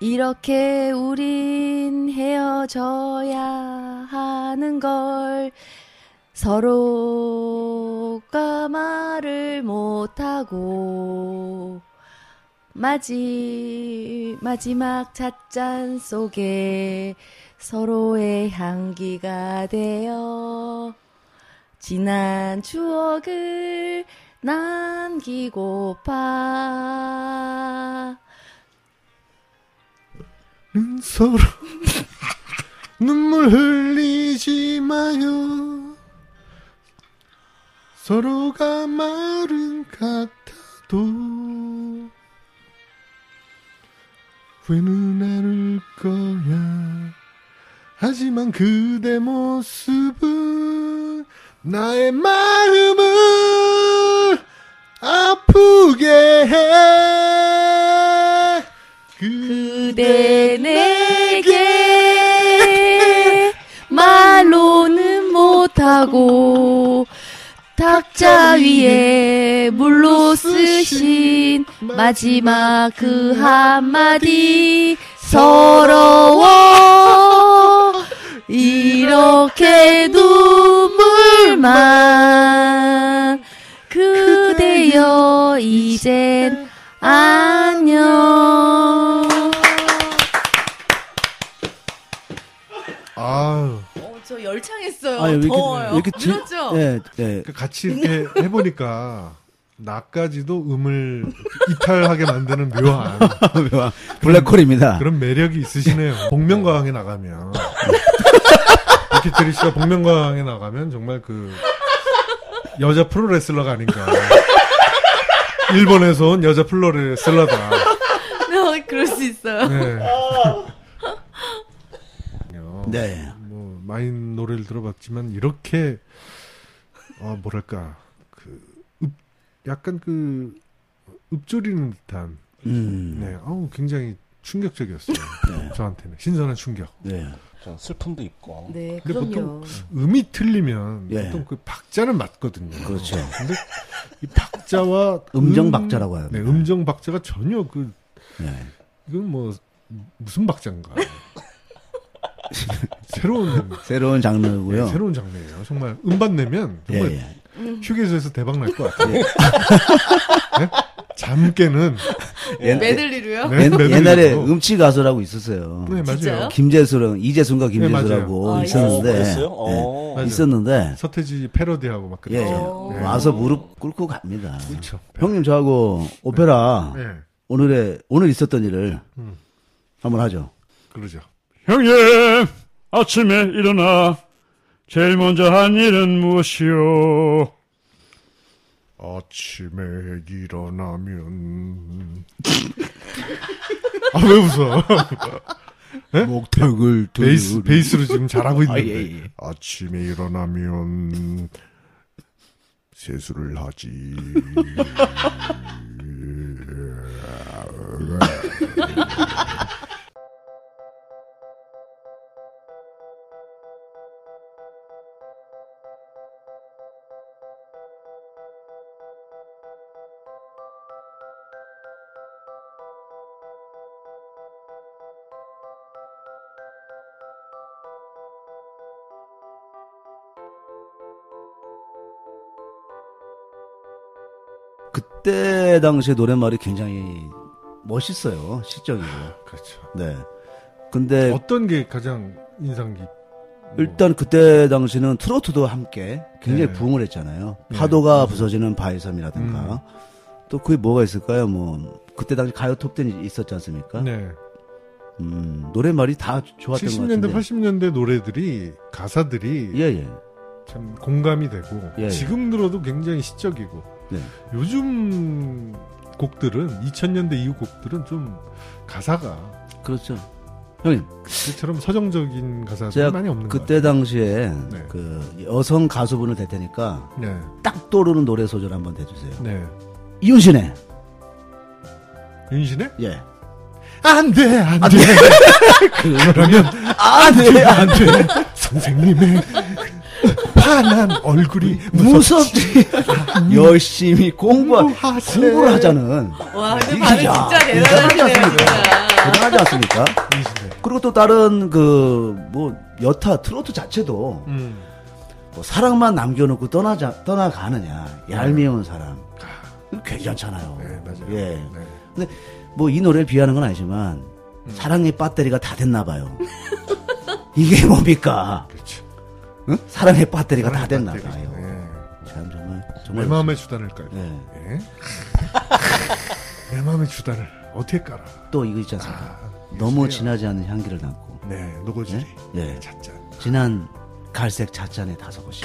[SPEAKER 6] 이렇게 우린 헤어져야 하는 걸 서로가 말을 못하고 마지, 마지막 찻잔 속에 서로의 향기가 되어 지난 추억을 남기고파
[SPEAKER 1] 는 서로 눈물 흘리지 마요. 서로가 말은 같아도 후회는 않을 거야. 하지만 그대 모습은 나의 마음을 아프게 해.
[SPEAKER 6] 그대 내게 말로는 못하고 탁자 위에 물로 쓰신 마지막 그 한마디 서러워 이렇게 눈물만 그대여 이젠 안녕
[SPEAKER 1] 아유.
[SPEAKER 6] 어, 저 열창했어요
[SPEAKER 2] 아, 왜 이렇게-
[SPEAKER 6] 더워요 그렇죠?
[SPEAKER 2] 왜 이렇게 지-
[SPEAKER 6] 들었죠?
[SPEAKER 2] 예, 예.
[SPEAKER 1] 그 같이 이렇게 해보니까 나까지도 음을 이탈하게 만드는 묘한
[SPEAKER 2] 블랙홀입니다.
[SPEAKER 1] 그런 매력이 있으시네요. 복면가왕에 나가면 이렇게 들이 씨가 복면가왕에 나가면 정말 그 여자 프로레슬러가 아닌가. 일본에서 온 여자 프로레슬러다.
[SPEAKER 6] 어, 그럴 수 있어요
[SPEAKER 1] 네.
[SPEAKER 2] 네.
[SPEAKER 1] 뭐 많이 노래를 들어봤지만 이렇게 어 뭐랄까 그 읍, 약간 그 읍조리는 듯한
[SPEAKER 2] 음.
[SPEAKER 1] 네 어우 굉장히 충격적이었어요 저한테는 신선한 충격
[SPEAKER 2] 네.
[SPEAKER 3] 좀 슬픔도 있고.
[SPEAKER 6] 네
[SPEAKER 1] 근데
[SPEAKER 6] 그럼요
[SPEAKER 1] 음이 틀리면
[SPEAKER 2] 예.
[SPEAKER 1] 보통 그 박자는 맞거든요
[SPEAKER 2] 그렇죠.
[SPEAKER 1] 근데 이 박자와
[SPEAKER 2] 음정 박자라고 해요.
[SPEAKER 1] 네 음정 박자가 전혀 그
[SPEAKER 2] 네.
[SPEAKER 1] 이건 뭐 무슨 박자인가 새로운
[SPEAKER 2] 새로운 장르고요.
[SPEAKER 1] 네, 새로운 장르예요. 정말 음반 내면
[SPEAKER 2] 예,
[SPEAKER 1] 정말
[SPEAKER 2] 예.
[SPEAKER 6] 음.
[SPEAKER 1] 휴게소에서 대박 날것 같아요. 네? 잠 깨는
[SPEAKER 6] 어,
[SPEAKER 2] 옛-
[SPEAKER 6] 메들리로요?
[SPEAKER 1] 네,
[SPEAKER 2] 옛-
[SPEAKER 1] 매듭이고.
[SPEAKER 2] 옛날에 음치 가수라고 있었어요.
[SPEAKER 1] 네, 맞아요.
[SPEAKER 6] 진짜요?
[SPEAKER 2] 김재수랑 이재순과
[SPEAKER 1] 네,
[SPEAKER 2] 김재수라고
[SPEAKER 6] 맞아요.
[SPEAKER 2] 있었는데
[SPEAKER 3] 어, 그랬어요?
[SPEAKER 2] 예.
[SPEAKER 3] 어.
[SPEAKER 1] 맞아요. 네.
[SPEAKER 2] 있었는데
[SPEAKER 1] 서태지 패러디하고 막
[SPEAKER 2] 예,
[SPEAKER 1] 그랬죠.
[SPEAKER 2] 예.
[SPEAKER 6] 어.
[SPEAKER 2] 와서 무릎 꿇고 갑니다.
[SPEAKER 1] 그렇죠.
[SPEAKER 2] 형님 저하고 오페라
[SPEAKER 1] 네.
[SPEAKER 2] 오늘의 오늘 있었던 일을 한번 하죠.
[SPEAKER 1] 그러죠.
[SPEAKER 8] 형님, 아침에 일어나 제일 먼저 한 일은 무엇이요?
[SPEAKER 1] 아침에 일어나면 아 왜 웃어?
[SPEAKER 2] 목탁을
[SPEAKER 1] 베이스 베이스로 지금 잘하고 있는데
[SPEAKER 2] 예, 예.
[SPEAKER 1] 아침에 일어나면 세수를 하지.
[SPEAKER 2] 그때 당시에 노랫말이 굉장히 멋있어요. 실적이고.
[SPEAKER 1] 그렇죠.
[SPEAKER 2] 네. 근데
[SPEAKER 1] 어떤 게 가장 인상 깊?
[SPEAKER 2] 네. 일단 그때 당시는 트로트도 함께 굉장히
[SPEAKER 1] 네. 음.
[SPEAKER 2] 부흥을 했잖아요. 파도가 부서지는 바위 섬이라든가. 또 그게 뭐가 있을까요? 뭐 그때 당시 가요 톱텐이 있었지 않습니까?
[SPEAKER 1] 네.
[SPEAKER 2] 음, 노랫말이 다 좋았던 것 같은데.
[SPEAKER 1] 70년대, 80년대 노래들이 가사들이
[SPEAKER 2] 예, 예.
[SPEAKER 1] 참 공감이 되고
[SPEAKER 2] 예, 예.
[SPEAKER 1] 지금 들어도 굉장히 시적이고
[SPEAKER 2] 네.
[SPEAKER 1] 요즘 곡들은 2000년대 이후 곡들은 좀 가사가
[SPEAKER 2] 그렇죠. 형님,
[SPEAKER 1] 그처럼 서정적인 가사들이
[SPEAKER 2] 제가
[SPEAKER 1] 많이 아, 없는 것
[SPEAKER 2] 그때 당시에
[SPEAKER 1] 네.
[SPEAKER 2] 그 여성 가수분을 댈 테니까
[SPEAKER 1] 같아요.
[SPEAKER 2] 딱 떠오르는 노래 소절 한번 대주세요.
[SPEAKER 1] 네, 네.
[SPEAKER 2] 이윤신의
[SPEAKER 1] 윤신의
[SPEAKER 2] 예.
[SPEAKER 1] 안돼 안돼 그러면
[SPEAKER 2] 안돼
[SPEAKER 1] 안돼 선생님의 파란 얼굴이 무섭
[SPEAKER 2] 무섭지. 열심히 공부
[SPEAKER 1] 공부하세요.
[SPEAKER 2] 공부를 하자는
[SPEAKER 4] 와, 근데
[SPEAKER 2] 이게
[SPEAKER 4] 반응
[SPEAKER 2] 야,
[SPEAKER 4] 진짜
[SPEAKER 2] 대단하지
[SPEAKER 4] 대단하시네요,
[SPEAKER 2] 않습니까?
[SPEAKER 4] 진짜.
[SPEAKER 2] 대단하지 않습니까?
[SPEAKER 1] 윤신의
[SPEAKER 2] 그리고 또 다른 그 뭐 여타 트로트 자체도
[SPEAKER 1] 음.
[SPEAKER 2] 뭐 사랑만 남겨놓고 떠나자 떠나가느냐 얄미운 사랑 괜찮잖아요.
[SPEAKER 1] 네 맞아요
[SPEAKER 2] 예.
[SPEAKER 1] 네.
[SPEAKER 2] 근데 뭐 이 노래를 비하는 건 아니지만
[SPEAKER 1] 음.
[SPEAKER 2] 사랑의 배터리가 다 됐나 봐요. 이게 뭡니까?
[SPEAKER 1] 그렇죠
[SPEAKER 2] 응? 사랑의 배터리가 다 됐나
[SPEAKER 1] 배터리.
[SPEAKER 2] 봐요.
[SPEAKER 1] 네.
[SPEAKER 2] 참 정말
[SPEAKER 1] 내
[SPEAKER 2] 정말
[SPEAKER 1] 마음의 주단을 깔고
[SPEAKER 2] 예.
[SPEAKER 1] 예? 내 마음의 주단을 어떻게 깔아
[SPEAKER 2] 또 이거 있지 않습니까?
[SPEAKER 1] 아,
[SPEAKER 2] 너무
[SPEAKER 1] 윤신의
[SPEAKER 2] 진하지 않은 향기를 담고
[SPEAKER 1] 네, 노고지리.
[SPEAKER 2] 예.
[SPEAKER 1] 찻잔.
[SPEAKER 2] 진한 갈색 찻잔에 다섯 것이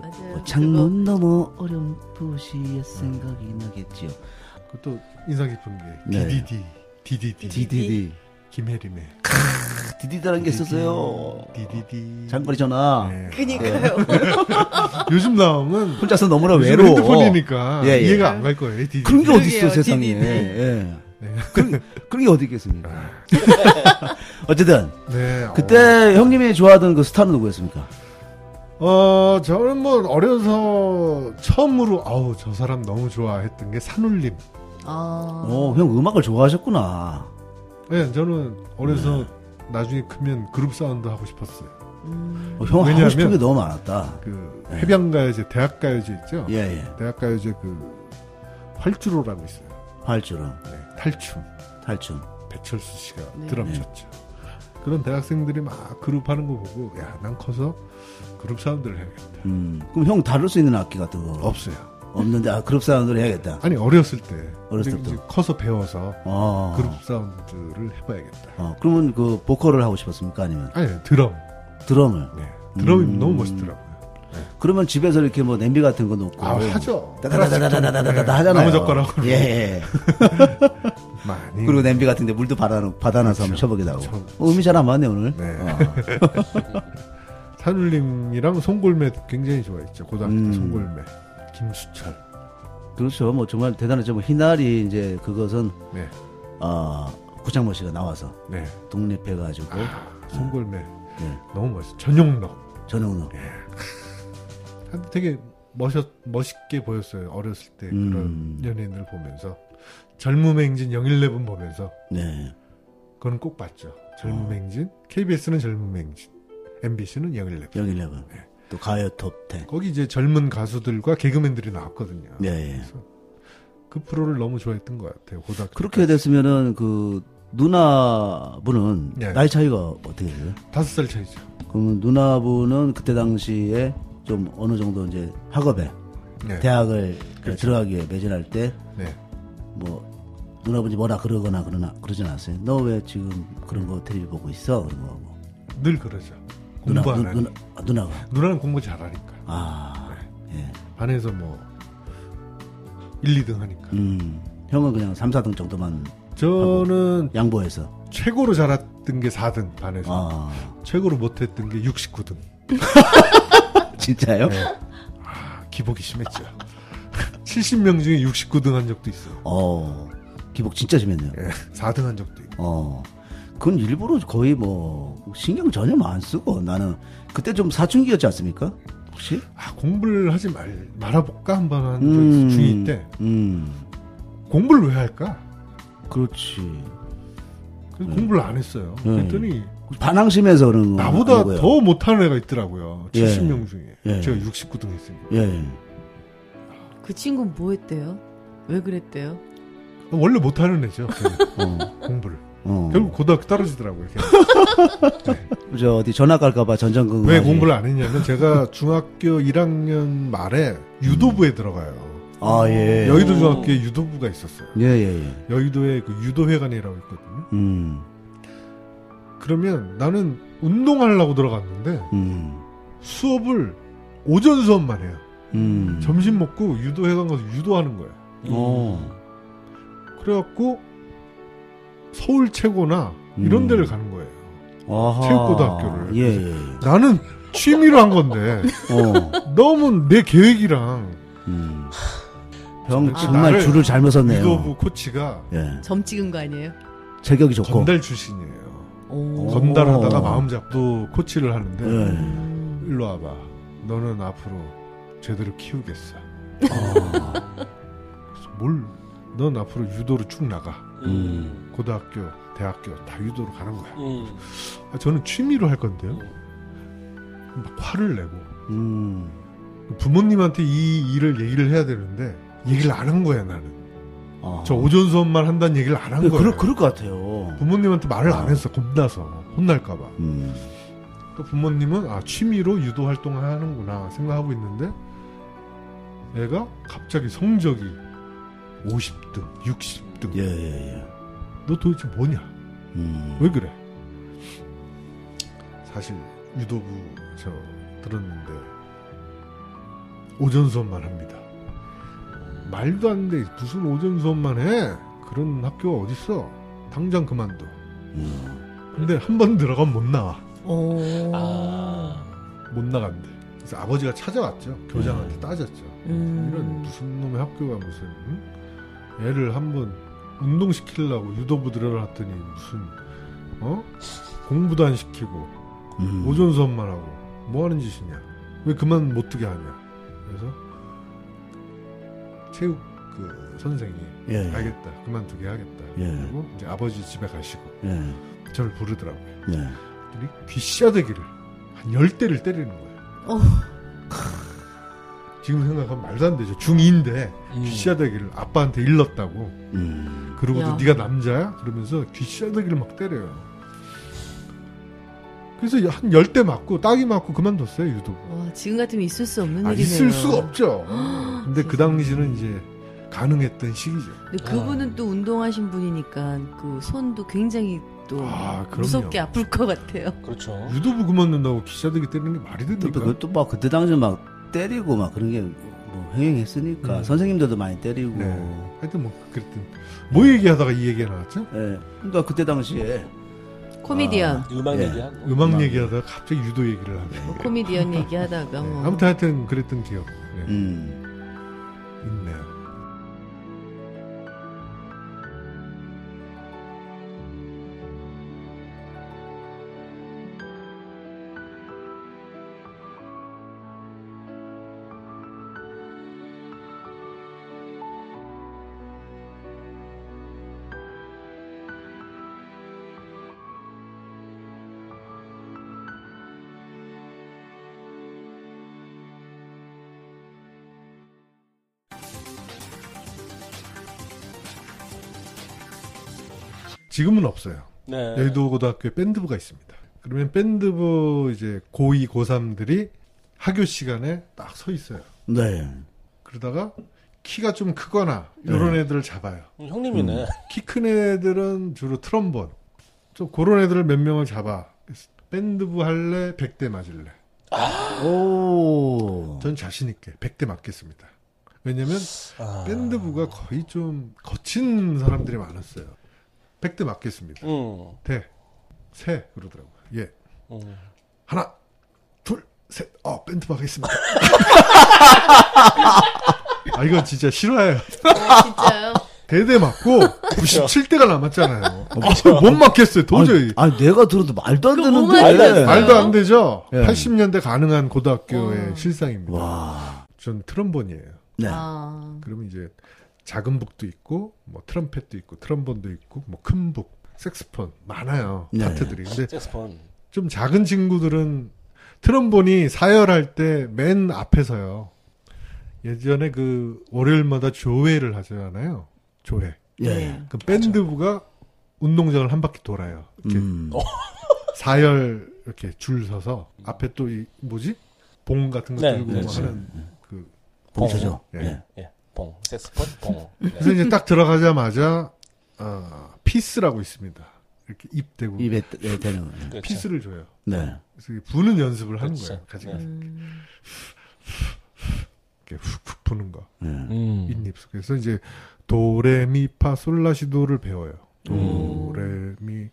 [SPEAKER 4] 맞아요.
[SPEAKER 2] 뭐 창문 너머 어려운 도시의 생각이 나겠지요.
[SPEAKER 1] 네. 그것도 인상 깊은 게
[SPEAKER 2] 네.
[SPEAKER 1] DDD, DDD,
[SPEAKER 2] 디디디
[SPEAKER 1] 김혜림의
[SPEAKER 2] 디디디라는 게 있었어요.
[SPEAKER 1] DDD.
[SPEAKER 2] 장거리 전화
[SPEAKER 1] 네.
[SPEAKER 4] 그니까요.
[SPEAKER 1] 요즘 나오면
[SPEAKER 2] 혼자서 너무나
[SPEAKER 1] 요즘
[SPEAKER 2] 아, 외로워.
[SPEAKER 1] 핸드폰이니까
[SPEAKER 2] 예, 예.
[SPEAKER 1] 이해가 안 갈 거예요. 네. DDD.
[SPEAKER 2] 그런 게 어디 있어
[SPEAKER 4] 그러게요,
[SPEAKER 2] 세상에.
[SPEAKER 4] 디디디.
[SPEAKER 2] 예. 그런, 그런 게 어디
[SPEAKER 1] 아.
[SPEAKER 2] 있겠습니까? 어쨌든
[SPEAKER 1] 네, 어.
[SPEAKER 2] 그때 형님이 좋아하던 그 스타는 누구였습니까?
[SPEAKER 1] 어 저는 뭐 어려서 처음으로 아우 저 사람 너무 좋아했던 게 산울림.
[SPEAKER 4] 아,
[SPEAKER 2] 어, 형 음악을 좋아하셨구나.
[SPEAKER 1] 예, 저는 어려서
[SPEAKER 2] 네.
[SPEAKER 1] 나중에 크면 그룹 사운드 하고 싶었어요.
[SPEAKER 4] 음,
[SPEAKER 2] 어, 형 하고
[SPEAKER 1] 왜냐하면-
[SPEAKER 2] 싶은 게 너무 많았다.
[SPEAKER 1] 그 해변가요제, 대학가요제 있죠.
[SPEAKER 2] 예, 예.
[SPEAKER 1] 대학가요제 그 활주로라고 있어요.
[SPEAKER 2] 활주로,
[SPEAKER 1] 네, 탈춤.
[SPEAKER 2] 탈춤.
[SPEAKER 1] 배철수 씨가 드럼 쳤죠.
[SPEAKER 2] 예.
[SPEAKER 1] 그런 대학생들이 막 그룹 하는 거 보고 야 난 커서 그룹 사운드를 해야겠다.
[SPEAKER 2] 음. 그럼 형 다룰 수 있는 악기 같은 거
[SPEAKER 1] 없어요.
[SPEAKER 2] 없는데 아 그룹 사운드를 해야겠다.
[SPEAKER 1] 아니 어렸을 때.
[SPEAKER 2] 어렸을 때부터.
[SPEAKER 1] 근데 이제 커서 배워서
[SPEAKER 2] 어.
[SPEAKER 1] 그룹 사운드를 해봐야겠다.
[SPEAKER 2] 어, 그러면 그 보컬을 하고 싶었습니까? 아니면
[SPEAKER 1] 아니 드럼.
[SPEAKER 2] 드럼을?
[SPEAKER 1] 네. 드럼이
[SPEAKER 2] 음.
[SPEAKER 1] 너무 멋있더라고요.
[SPEAKER 2] 그러면 집에서 이렇게 뭐 냄비 같은 거 놓고
[SPEAKER 1] 아 하죠.
[SPEAKER 2] 다다다다다다다다
[SPEAKER 1] 네,
[SPEAKER 2] 하잖아요.
[SPEAKER 1] 나무 젓가락으로
[SPEAKER 2] 예. 예.
[SPEAKER 1] 많이.
[SPEAKER 2] 그리고 냄비 같은데 물도 받아 받아놔서 한번 쳐보기도 하고. 어, 음이 잘 안 맞네 오늘.
[SPEAKER 1] 그렇죠. 네.
[SPEAKER 2] 어.
[SPEAKER 1] 산울림이랑 송골매 굉장히 좋아했죠. 고등학교
[SPEAKER 2] 음.
[SPEAKER 1] 때 송골매. 김수철.
[SPEAKER 2] 그렇죠. 뭐 정말 대단하죠. 뭐 희날이 이제 그것은
[SPEAKER 1] 네.
[SPEAKER 2] 어, 구창모 씨가 나와서
[SPEAKER 1] 네.
[SPEAKER 2] 독립해가지고
[SPEAKER 1] 아. 송골매.
[SPEAKER 2] 네.
[SPEAKER 1] 너무 멋있어. 전용록.
[SPEAKER 2] 전용로.
[SPEAKER 1] 한- 되게 멋있, 멋있게 보였어요. 어렸을 때
[SPEAKER 2] 음.
[SPEAKER 1] 그런 연예인들 보면서. 젊음의 행진 011 보면서.
[SPEAKER 2] 네.
[SPEAKER 1] 그건 꼭 봤죠. 젊음의 행진. KBS는 젊음의 행진. MBC는 011.
[SPEAKER 2] 아. 영일레븐.
[SPEAKER 1] 네.
[SPEAKER 2] 또 가요 톱텐.
[SPEAKER 1] 거기 이제 젊은 가수들과 개그맨들이 나왔거든요.
[SPEAKER 2] 예, 예.
[SPEAKER 1] 그 프로를 너무 좋아했던 것 같아요. 고등학교
[SPEAKER 2] 그렇게 됐으면은 그 누나분은
[SPEAKER 1] 예.
[SPEAKER 2] 나이 차이가 어떻게 돼요?
[SPEAKER 1] 다섯 살 차이죠.
[SPEAKER 2] 그러면 누나분은 그때 당시에 좀 어느 정도 이제 학업에
[SPEAKER 1] 네.
[SPEAKER 2] 대학을
[SPEAKER 1] 그렇죠.
[SPEAKER 2] 들어가기 위해 매진할 때
[SPEAKER 1] 네.
[SPEAKER 2] 뭐 누나분이 뭐라 그러거나 그러나 그러진 않았어요. 너 왜 지금 그런 거 텔레비 보고 있어? 그런 거 하고.
[SPEAKER 1] 늘 그러죠.
[SPEAKER 2] 누나
[SPEAKER 1] 공부 안
[SPEAKER 2] 누-
[SPEAKER 1] 하니.
[SPEAKER 2] 누나 아, 누나가
[SPEAKER 1] 누나는 공부 잘하니까.
[SPEAKER 2] 아 예.
[SPEAKER 1] 반에서 뭐 1, 2등 하니까.
[SPEAKER 2] 음, 형은 그냥 3, 4등 정도만
[SPEAKER 1] 저는
[SPEAKER 2] 양보해서.
[SPEAKER 1] 최고로 잘했던 게 4등 반에서
[SPEAKER 2] 아,
[SPEAKER 1] 최고로 못했던 게 69등.
[SPEAKER 2] 진짜요?
[SPEAKER 1] 아, 기복이 심했죠. 70명 중에 69등 한 적도 있어요.
[SPEAKER 2] 어, 기복 진짜 심했네요.
[SPEAKER 1] 예, 4등 한 적도 있고.
[SPEAKER 2] 어, 그건 일부러 거의 뭐 신경 전혀 안 쓰고 나는 그때 좀 사춘기였지 않습니까? 혹시?
[SPEAKER 1] 아, 공부를 하지 말 말아볼까 한번 한
[SPEAKER 2] 음,
[SPEAKER 1] 중이 때
[SPEAKER 2] 음,
[SPEAKER 1] 공부를 왜 할까?
[SPEAKER 2] 그렇지.
[SPEAKER 1] 그래서 공부를 안 했어요.
[SPEAKER 2] 음.
[SPEAKER 1] 그랬더니
[SPEAKER 2] 반항심해서 그런 거.
[SPEAKER 1] 나보다
[SPEAKER 2] 아니고요.
[SPEAKER 1] 더 못하는 애가 있더라고요.
[SPEAKER 2] 예.
[SPEAKER 1] 70명 중에
[SPEAKER 2] 예.
[SPEAKER 1] 제가 69등 했으니까
[SPEAKER 2] 예, 예.
[SPEAKER 4] 그 친구는 뭐 했대요? 왜 그랬대요?
[SPEAKER 1] 원래 못하는 애죠. 걔는
[SPEAKER 2] 어,
[SPEAKER 1] 공부를
[SPEAKER 2] 어.
[SPEAKER 1] 결국 고등학교 떨어지더라고요. 걔는.
[SPEAKER 2] 저 어디 전학 갈까봐 전전긍긍.
[SPEAKER 1] 왜 공부를 안 했냐면 제가 중학교 1학년 말에
[SPEAKER 2] 음.
[SPEAKER 1] 유도부에 들어가요.
[SPEAKER 2] 아 예.
[SPEAKER 1] 여의도 중학교에 유도부가 있었어요.
[SPEAKER 2] 예, 예, 예.
[SPEAKER 1] 여의도에 그 유도회관이라고 있거든요.
[SPEAKER 2] 음,
[SPEAKER 1] 그러면 나는 운동하려고 들어갔는데
[SPEAKER 2] 음,
[SPEAKER 1] 수업을 오전 수업만 해요.
[SPEAKER 2] 음.
[SPEAKER 1] 점심 먹고 유도회관 가서 유도하는 거예요.
[SPEAKER 2] 어,
[SPEAKER 1] 그래갖고 서울 최고나 이런
[SPEAKER 2] 음.
[SPEAKER 1] 데를 가는 거예요.
[SPEAKER 2] 아하.
[SPEAKER 1] 체육고등학교를.
[SPEAKER 2] 예, 예. 예.
[SPEAKER 1] 나는 취미로 한 건데
[SPEAKER 2] 어,
[SPEAKER 1] 너무 내 계획이랑
[SPEAKER 2] 음. 형
[SPEAKER 1] 아,
[SPEAKER 2] 정말
[SPEAKER 1] 나를
[SPEAKER 2] 줄을 잘못 섰네요.
[SPEAKER 1] 유도부 코치가
[SPEAKER 2] 예,
[SPEAKER 4] 점 찍은 거 아니에요?
[SPEAKER 2] 체격이 좋고.
[SPEAKER 1] 건달 출신이에요.
[SPEAKER 4] 오.
[SPEAKER 1] 건달하다가 마음 잡고 코치를 하는데
[SPEAKER 2] 예.
[SPEAKER 4] 음.
[SPEAKER 1] 일로 와봐. 너는 앞으로 제대로 키우겠어.
[SPEAKER 2] 아,
[SPEAKER 1] 그래서 뭘? 넌 앞으로 유도로 쭉 나가.
[SPEAKER 3] 음.
[SPEAKER 1] 고등학교, 대학교 다 유도로 가는 거야.
[SPEAKER 3] 음.
[SPEAKER 1] 아, 저는 취미로 할 건데요. 막 화를 내고
[SPEAKER 2] 음,
[SPEAKER 1] 부모님한테 이 일을 얘기를 해야 되는데 얘기를 안 한 거야 나는.
[SPEAKER 2] 아.
[SPEAKER 1] 저 오전 수업만 한다는 얘기를 안 한
[SPEAKER 2] 예,
[SPEAKER 1] 거예요.
[SPEAKER 2] 그럴 그럴 것 같아요.
[SPEAKER 1] 부모님한테 말을 안
[SPEAKER 2] 아.
[SPEAKER 1] 했어 겁나서 혼날까봐.
[SPEAKER 2] 음,
[SPEAKER 1] 또 부모님은 아 취미로 유도 활동을 하는구나 생각하고 있는데 애가 갑자기 성적이 50등, 60등.
[SPEAKER 2] 예, 예, 예.
[SPEAKER 1] 너 도대체 뭐냐?
[SPEAKER 2] 음,
[SPEAKER 1] 왜 그래? 사실 유도부 저 들었는데 오전 수업만 합니다. 말도 안 돼. 무슨 오전 수업만 해? 그런 학교가 어딨어? 당장 그만둬.
[SPEAKER 2] 음.
[SPEAKER 1] 근데 한 번 들어가면 못 나와.
[SPEAKER 4] 오.
[SPEAKER 3] 아.
[SPEAKER 1] 못 나간대. 그래서 아버지가 찾아왔죠. 교장한테
[SPEAKER 2] 네.
[SPEAKER 1] 따졌죠.
[SPEAKER 4] 음.
[SPEAKER 1] 이런 무슨 놈의 학교가 무슨 응? 애를 한번 운동 시키려고 유도부 들어갔더니 무슨 어 공부도 안 시키고
[SPEAKER 2] 음.
[SPEAKER 1] 오전 수업만 하고 뭐 하는 짓이냐? 왜 그만 못 두게 하냐? 그래서 체육 그 선생이
[SPEAKER 2] 예, 예,
[SPEAKER 1] 알겠다 그만 두게 하겠다.
[SPEAKER 2] 예.
[SPEAKER 1] 그리고 이제 아버지 집에 가시고
[SPEAKER 2] 예,
[SPEAKER 1] 저를 부르더라고요.
[SPEAKER 2] 예.
[SPEAKER 1] 그랬더니 귀싸대기를 한 열 대를 때리는 거예요.
[SPEAKER 4] 어.
[SPEAKER 1] 지금 생각하면 말도 안 되죠. 중2인데
[SPEAKER 3] 음.
[SPEAKER 1] 귀싸대기를 아빠한테 일렀다고.
[SPEAKER 2] 음,
[SPEAKER 1] 그러고도
[SPEAKER 4] 야.
[SPEAKER 1] 네가 남자야? 그러면서 귀싸대기를 막 때려요. 그래서 한 열 대 맞고 따기 맞고 그만뒀어요 유도부.
[SPEAKER 4] 와, 지금 같으면 있을 수 없는
[SPEAKER 1] 아,
[SPEAKER 4] 일이네요.
[SPEAKER 1] 있을 수가 없죠. 근데 그
[SPEAKER 4] 세상에.
[SPEAKER 1] 당시는 이제 가능했던 시기죠.
[SPEAKER 4] 근데 그분은 또 운동하신 분이니까 그 손도 굉장히 또
[SPEAKER 1] 아, 그럼요.
[SPEAKER 4] 무섭게 아플 것 같아요.
[SPEAKER 3] 그렇죠.
[SPEAKER 1] 유도부 그만둔다고 기자들이 때리는 게 말이 됩니까?
[SPEAKER 2] 또막 뭐 그때 당시 막 때리고 막 그런 게 뭐 행행했으니까
[SPEAKER 1] 음.
[SPEAKER 2] 선생님들도 많이 때리고.
[SPEAKER 1] 네. 하여튼 뭐 그랬던 뭐 얘기하다가 이 얘기가 나왔죠?
[SPEAKER 2] 예. 그러니까 그때 당시에
[SPEAKER 4] 코미디언.
[SPEAKER 3] 음악
[SPEAKER 2] 예.
[SPEAKER 3] 얘기하고.
[SPEAKER 1] 네. 음악
[SPEAKER 2] 음악.
[SPEAKER 1] 얘기하다가 갑자기 유도 얘기를 아, 하네. 네,
[SPEAKER 4] 뭐 코미디언 얘기하다가 뭐.
[SPEAKER 1] 아무튼 하여튼 그랬던 기억 네,
[SPEAKER 2] 음.
[SPEAKER 1] 있네요. 지금은 없어요.
[SPEAKER 3] 네.
[SPEAKER 1] 여의도 고등학교에 밴드부가 있습니다. 그러면 밴드부 이제 고2, 고3들이 학교 시간에 딱 서 있어요.
[SPEAKER 2] 네.
[SPEAKER 1] 그러다가 키가 좀 크거나 이런 애들을 잡아요.
[SPEAKER 3] 음, 형님이네.
[SPEAKER 1] 키 큰 애들은 주로 트럼본. 좀 그런 애들을 몇 명을 잡아. 그래서 밴드부 할래? 100대 맞을래?
[SPEAKER 2] 오.
[SPEAKER 1] 전 자신있게 100대 맞겠습니다. 왜냐면
[SPEAKER 3] 아.
[SPEAKER 1] 밴드부가 거의 좀 거친 사람들이 많았어요. 100대 맞겠습니다.
[SPEAKER 3] 음.
[SPEAKER 1] 대, 세 그러더라고요. 예.
[SPEAKER 3] 음.
[SPEAKER 1] 하나, 둘, 셋. 어, 밴드 박겠습니다. 아, 이건 진짜 싫어요.
[SPEAKER 4] 아, 진짜요?
[SPEAKER 1] 대대 맞고 97대가 남았잖아요.
[SPEAKER 2] 그렇죠.
[SPEAKER 1] 아, 못 맞겠어요, 도저히.
[SPEAKER 2] 아니, 아니, 내가 들어도 말도 안
[SPEAKER 4] 그거
[SPEAKER 2] 되는데.
[SPEAKER 4] 뭐가 있어요? 아니,
[SPEAKER 1] 말도 안 되죠?
[SPEAKER 2] 예.
[SPEAKER 1] 80년대 가능한 고등학교의
[SPEAKER 4] 와.
[SPEAKER 1] 실상입니다.
[SPEAKER 2] 와.
[SPEAKER 1] 전 트럼본이에요.
[SPEAKER 2] 네.
[SPEAKER 4] 아.
[SPEAKER 1] 그러면 이제 작은 북도 있고, 뭐 트럼펫도 있고, 트럼본도 있고, 뭐 큰 북, 색스폰 많아요.
[SPEAKER 2] 네.
[SPEAKER 1] 파트들이. 근데
[SPEAKER 3] 섹스폰.
[SPEAKER 1] 좀 작은 친구들은 트럼본이 사열할 때 맨 앞에서요. 예전에 그 월요일마다 조회를 하잖아요. 조회.
[SPEAKER 2] 예.
[SPEAKER 4] 네.
[SPEAKER 1] 그 밴드부가 운동장을 한 바퀴 돌아요. 이렇게 어,
[SPEAKER 2] 음.
[SPEAKER 1] 사열 이렇게 줄 서서 앞에 또 이 뭐지? 봉 같은 거
[SPEAKER 3] 네, 네,
[SPEAKER 1] 들고 뭐
[SPEAKER 3] 그렇죠.
[SPEAKER 1] 하는
[SPEAKER 2] 음.
[SPEAKER 1] 그
[SPEAKER 2] 봉쇄죠.
[SPEAKER 1] 예.
[SPEAKER 2] 예.
[SPEAKER 3] 예. 봉. 섹스폰 봉.
[SPEAKER 1] 그래서
[SPEAKER 3] 네.
[SPEAKER 1] 이제 딱 들어가자마자 어, 피스라고 있습니다. 이렇게 입 대고
[SPEAKER 2] 입에 떼- 예, 대는 거예요.
[SPEAKER 3] 그렇죠.
[SPEAKER 1] 피스를 줘요.
[SPEAKER 2] 네.
[SPEAKER 1] 그래서 이게 부는 연습을 하는
[SPEAKER 3] 그렇죠.
[SPEAKER 1] 거예요. 가지고
[SPEAKER 3] 네.
[SPEAKER 4] 음.
[SPEAKER 1] 이렇게 훅훅 부는 거.
[SPEAKER 3] 음.
[SPEAKER 1] 밑입 속에서 이제 도레미파 솔라시도를 배워요.
[SPEAKER 3] 음.
[SPEAKER 1] 도레미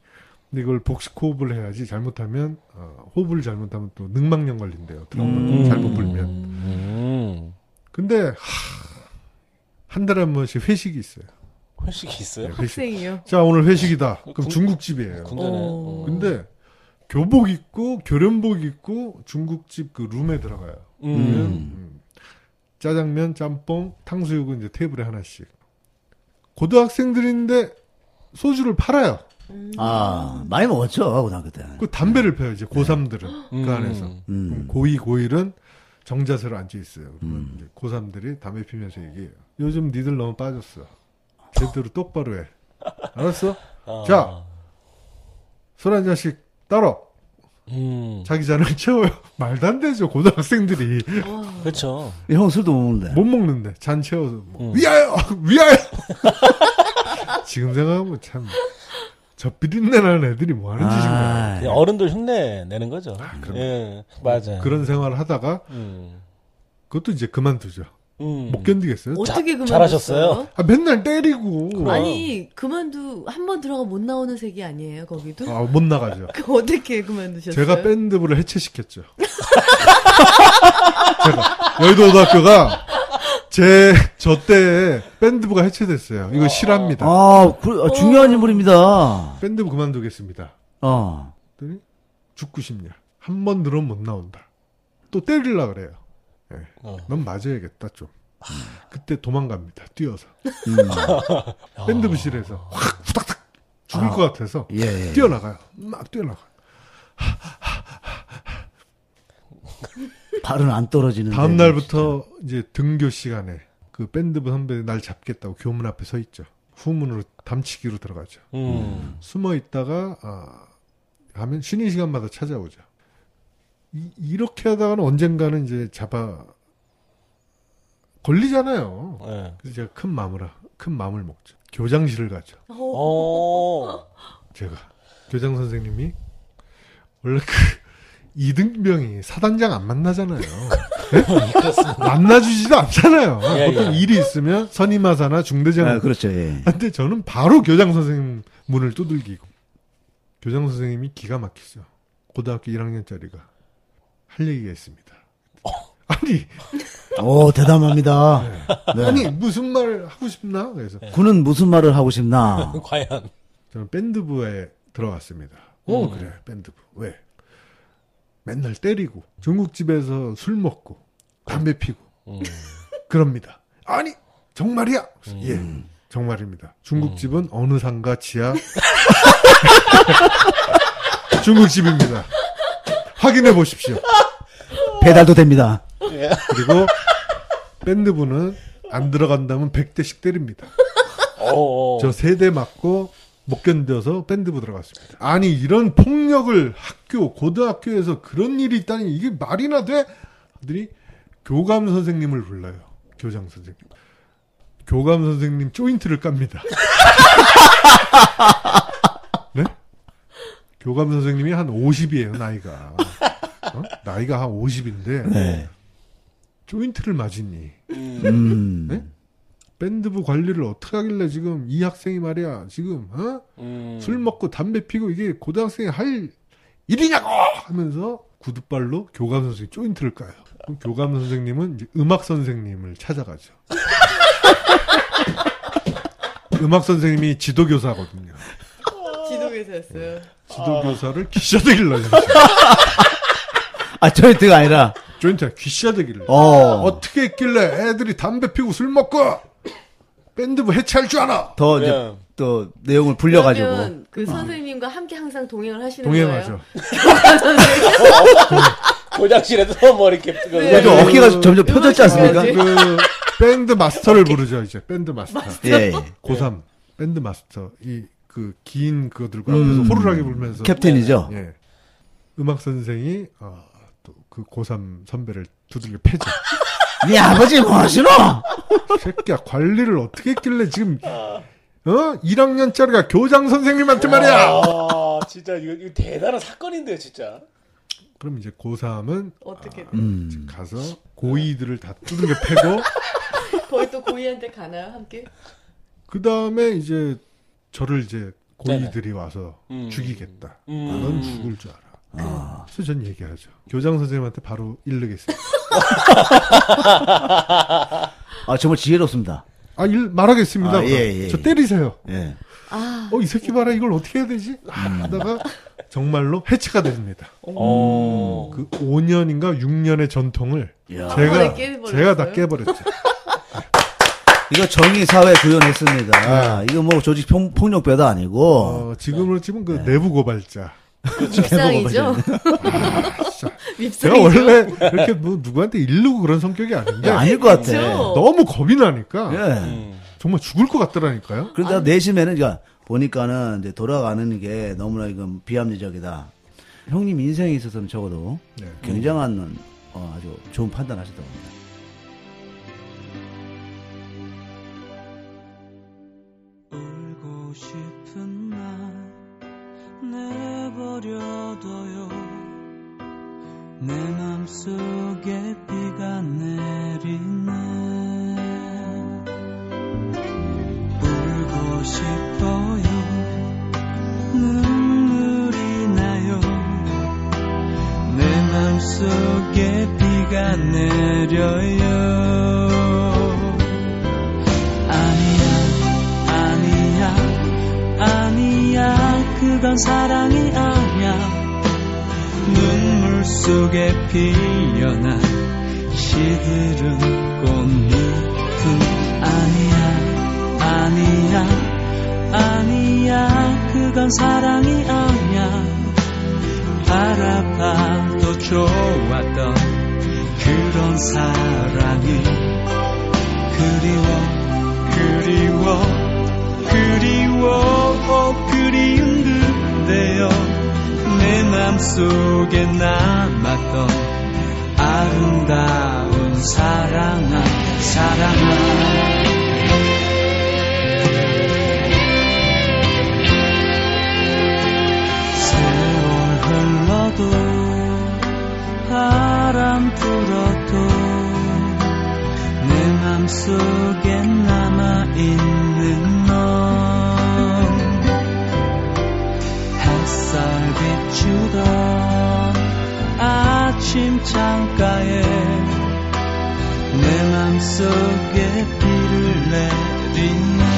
[SPEAKER 1] 근데 이걸 복식 호흡을 해야지 잘못하면 어, 호흡을 잘못하면 또 늑막염 걸린대요. 트럼본
[SPEAKER 3] 음.
[SPEAKER 1] 잘못 불면.
[SPEAKER 3] 음.
[SPEAKER 1] 근데 하, 한 달에 한 번씩 회식이 있어요.
[SPEAKER 3] 회식이 있어요?
[SPEAKER 1] 회식.
[SPEAKER 4] 학생이요.
[SPEAKER 1] 자 오늘 회식이다. 그럼
[SPEAKER 3] 어, 군-
[SPEAKER 1] 중국집이에요.
[SPEAKER 3] 군대네.
[SPEAKER 4] 어.
[SPEAKER 3] 음.
[SPEAKER 1] 근데 교복 입고 교련복 입고 중국집 그 룸에 들어가요.
[SPEAKER 3] 음.
[SPEAKER 1] 음. 짜장면, 짬뽕, 탕수육은 이제 테이블에 하나씩. 고등학생들인데 소주를 팔아요.
[SPEAKER 2] 아, 많이 먹었죠, 고등학교 때.
[SPEAKER 1] 그 담배를 펴요, 이제 고3들은.
[SPEAKER 3] 음.
[SPEAKER 1] 그 안에서.
[SPEAKER 2] 음.
[SPEAKER 1] 고2, 고1은 정자세로 앉아있어요. 그러면 이제 고3들이 담배 피면서 얘기해요. 요즘 니들 너무 빠졌어. 제대로 똑바로 해. 알았어?
[SPEAKER 3] 아.
[SPEAKER 1] 자, 술 한 잔씩 따로
[SPEAKER 3] 음.
[SPEAKER 1] 자기 잔을 채워요. 말도 안 되죠, 고등학생들이.
[SPEAKER 4] 어.
[SPEAKER 3] 그렇죠.
[SPEAKER 2] 예, 형 술도 못 먹는데.
[SPEAKER 1] 못 먹는데 잔 채워서 뭐,
[SPEAKER 3] 음.
[SPEAKER 1] 위하여 위하여 지금 생각하면 참 젖비린내 나는 애들이 뭐 하는 짓인가
[SPEAKER 2] 아,
[SPEAKER 3] 그냥 예, 어른들 흉내 내는 거죠. 예. 맞아요.
[SPEAKER 1] 아, 그런 생활을 하다가
[SPEAKER 3] 음.
[SPEAKER 1] 그것도 이제 그만두죠
[SPEAKER 3] 음.
[SPEAKER 1] 못 견디겠어요
[SPEAKER 4] 어떻게 그만
[SPEAKER 3] 잘하셨어요?
[SPEAKER 1] 아, 맨날 때리고
[SPEAKER 4] 아니 그만두 한 번 들어가 못 나오는 색이 아니에요 거기도?
[SPEAKER 1] 아, 못 나가죠
[SPEAKER 4] 그 어떻게 그만두셨어요?
[SPEAKER 1] 제가 밴드부를 해체시켰죠 제가 여의도고등학교가 제 저 때에 밴드부가 해체됐어요 이거 실합니다
[SPEAKER 2] 아, 그, 아, 중요한 인물입니다.
[SPEAKER 1] 밴드부 그만두겠습니다
[SPEAKER 2] 어.
[SPEAKER 1] 그랬더니 네? 죽고 싶냐. 한 번 들으면 못 나온다. 또 때리려 그래요. 예.
[SPEAKER 3] 어.
[SPEAKER 1] 넌 맞아야겠다 좀. 그때 도망갑니다. 뛰어서 밴드 부실에서 확 후닥닥 죽을 것 같아서
[SPEAKER 2] 음. 예, 예.
[SPEAKER 1] 뛰어나가요. 막 뛰어나가. 요
[SPEAKER 2] 발은 안 떨어지는.
[SPEAKER 1] 다음
[SPEAKER 2] 네,
[SPEAKER 1] 날부터 이제 등교 시간에 그 밴드부 선배 날 잡겠다고 교문 앞에 서 있죠. 후문으로 담치기로 들어가죠.
[SPEAKER 3] 음.
[SPEAKER 1] 숨어 있다가 아, 하면 쉬는 시간마다 찾아오죠. 이, 렇게 하다가는 언젠가는 이제 잡아 걸리잖아요.
[SPEAKER 3] 예.
[SPEAKER 1] 그래서 제가 큰 마무라 큰 마음을 먹죠. 교장실을 가죠.
[SPEAKER 3] 어.
[SPEAKER 1] 제가 교장 선생님이 원래 그 이등병이 사단장 안 만나잖아요. 네?
[SPEAKER 3] 그렇습니다.
[SPEAKER 1] 만나주지도 않잖아요.
[SPEAKER 3] 예,
[SPEAKER 1] 어떤
[SPEAKER 3] 예.
[SPEAKER 1] 일이 있으면 선임하사나 중대장
[SPEAKER 2] 아, 그렇죠, 예.
[SPEAKER 1] 근데 저는 바로 교장 선생님 문을 두들기고 교장 선생님이 기가 막히죠. 고등학교 1학년짜리가 할 얘기가 있습니다. 아니
[SPEAKER 2] 오, 대담합니다. 네.
[SPEAKER 1] 아니 무슨 말 하고 싶나 그래서
[SPEAKER 2] 군은 무슨 말을 하고 싶나?
[SPEAKER 3] 과연.
[SPEAKER 1] 저는 밴드부에 들어갔습니다. 어
[SPEAKER 3] 음.
[SPEAKER 1] 그래 밴드부 왜 맨날 때리고 중국집에서 술 먹고 담배 피고
[SPEAKER 3] 음.
[SPEAKER 1] 그럽니다. 아니 정말이야 예 정말입니다. 중국집은
[SPEAKER 3] 음.
[SPEAKER 1] 어느 상가 지하 중국집입니다. 확인해 보십시오.
[SPEAKER 2] 배달도 됩니다.
[SPEAKER 1] 그리고 밴드부는 안 들어간다면 100대씩 때립니다.
[SPEAKER 3] 어.
[SPEAKER 1] 저 세 대 맞고 못 견뎌서 밴드부 들어갔습니다. 아니 이런 폭력을 학교 고등학교에서 그런 일이 있다니 이게 말이나 돼? 들이 교감 선생님을 불러요. 교장 선생님. 교감 선생님 조인트를 깝니다. 네? 교감 선생님이 한 50이에요, 나이가. 어? 나이가 한 50인데,
[SPEAKER 2] 네.
[SPEAKER 1] 조인트를 맞으니.
[SPEAKER 2] 음.
[SPEAKER 1] 네? 밴드부 관리를 어떻게 하길래 지금 이 학생이 말이야, 지금, 어?
[SPEAKER 3] 음.
[SPEAKER 1] 술 먹고 담배 피고 이게 고등학생이 할 일이냐고! 하면서 구두발로 교감 선생님 조인트를 까요. 그럼 교감 선생님은 이제 음악 선생님을 찾아가죠. 음악 선생님이 지도교사거든요.
[SPEAKER 4] 지도교사였어요.
[SPEAKER 1] 지도교사를 귀샤되길 날려요.
[SPEAKER 2] 아, 저희트가 아니라,
[SPEAKER 1] 조인트가 귀샤되기를.
[SPEAKER 2] 어.
[SPEAKER 1] 어떻게 했길래 애들이 담배 피고 술 먹고 밴드부 해체할 줄 알아?
[SPEAKER 2] 더 이제
[SPEAKER 3] 예.
[SPEAKER 2] 또 내용을 불려가지고.
[SPEAKER 4] 그러면 그 선생님과 함께 항상 동행을 하시는
[SPEAKER 1] 동행하죠.
[SPEAKER 4] 거예요.
[SPEAKER 3] 어? 고장실에서 뭐 이렇게 그
[SPEAKER 4] 네.
[SPEAKER 2] 그래도 어깨가 점점
[SPEAKER 4] 음악이
[SPEAKER 2] 펴졌지 않습니까?
[SPEAKER 4] 뭐지?
[SPEAKER 1] 그 밴드 마스터를 부르죠 이제 밴드 마스터.
[SPEAKER 2] 예. 예.
[SPEAKER 1] 고3 밴드 마스터 이 그 긴 그거들과
[SPEAKER 2] 음.
[SPEAKER 1] 앞에서 호루라기 불면서
[SPEAKER 2] 캡틴이죠? 네.
[SPEAKER 1] 예. 음악 선생이 아, 또그 고3 선배를 두들겨 패죠.
[SPEAKER 2] 네 아버지 뭐 하시노?
[SPEAKER 1] 새끼야 관리를 어떻게 했길래 지금 어 1학년짜리가 교장 선생님한테 말이야.
[SPEAKER 3] 아 진짜 이거, 이거 대단한 사건인데요 진짜.
[SPEAKER 1] 그럼 이제 고3은
[SPEAKER 4] 어떻게
[SPEAKER 2] 음.
[SPEAKER 1] 가서 고2들을 다 두들겨 패고
[SPEAKER 4] 거의 또 고이한테 가나요 함께?
[SPEAKER 1] 그 다음에 이제 저를 이제 고이들이 와서
[SPEAKER 3] 음.
[SPEAKER 1] 죽이겠다.
[SPEAKER 3] 음.
[SPEAKER 1] 아, 넌 죽을 줄 알아. 그래서 전 얘기하죠. 교장 선생님한테 바로 일르겠습니다.
[SPEAKER 2] 아, 정말 지혜롭습니다.
[SPEAKER 1] 아, 일, 말하겠습니다.
[SPEAKER 2] 아,
[SPEAKER 1] 그럼.
[SPEAKER 2] 예, 예,
[SPEAKER 1] 저
[SPEAKER 2] 예.
[SPEAKER 1] 때리세요.
[SPEAKER 2] 예.
[SPEAKER 4] 아
[SPEAKER 1] 어, 이 새끼 봐라. 이걸 어떻게 해야 되지? 아,
[SPEAKER 2] 음.
[SPEAKER 1] 하다가 정말로 해체가 됩니다.
[SPEAKER 3] 어.
[SPEAKER 1] 그 5년인가 6년의 전통을
[SPEAKER 2] 야.
[SPEAKER 1] 제가,
[SPEAKER 4] 아, 깨버렸어요?
[SPEAKER 1] 제가 다 깨버렸죠.
[SPEAKER 2] 이거 정의사회 구현했습니다. 이거 뭐 조직 폭- 폭력배도 아니고.
[SPEAKER 1] 네. 어, 지금으로 치면 그
[SPEAKER 2] 네.
[SPEAKER 1] 내부 고발자.
[SPEAKER 4] 밉상이죠.
[SPEAKER 1] 제가
[SPEAKER 4] 밉상이죠.
[SPEAKER 1] 원래
[SPEAKER 4] 네.
[SPEAKER 1] 이렇게 뭐 누구한테 일르고 그런 성격이 아닌데
[SPEAKER 2] 야, 네. 아닐 것 같아.
[SPEAKER 4] 그렇죠.
[SPEAKER 1] 너무 겁이 나니까
[SPEAKER 2] 예.
[SPEAKER 3] 음.
[SPEAKER 1] 정말 죽을 것 같더라니까요.
[SPEAKER 2] 그러니까 내심에는, 그러니까 보니까는 이제 돌아가는 게 너무나 이건 비합리적이다. 형님 인생에 있어서는 적어도
[SPEAKER 1] 네.
[SPEAKER 2] 굉장한, 어, 아주 좋은 판단 하셨다고 봅니다.
[SPEAKER 9] 울고 싶은 날 내버려둬요 내 맘속에 비가 내리네 울고 싶어요 눈물이 나요 내 맘속에 비가 내려요 아니야, 아니야, 아니야, 그건 사랑이 아니야. 눈물 속에 피어난 시들은 꽃잎은 아니야, 아니야, 아니야, 그건 사랑이 아니야. 바라봐도 좋았던 그런 사랑이 그리워 그리워 그리워 어, 그리운 듯해요 내 맘속에 남았던 아름다운 사랑아 사랑아 세월 흘러도 바람 불어도 내 맘속에 남아있는 너 햇살 비추던 아침 창가에 내 맘속에 비를 내리네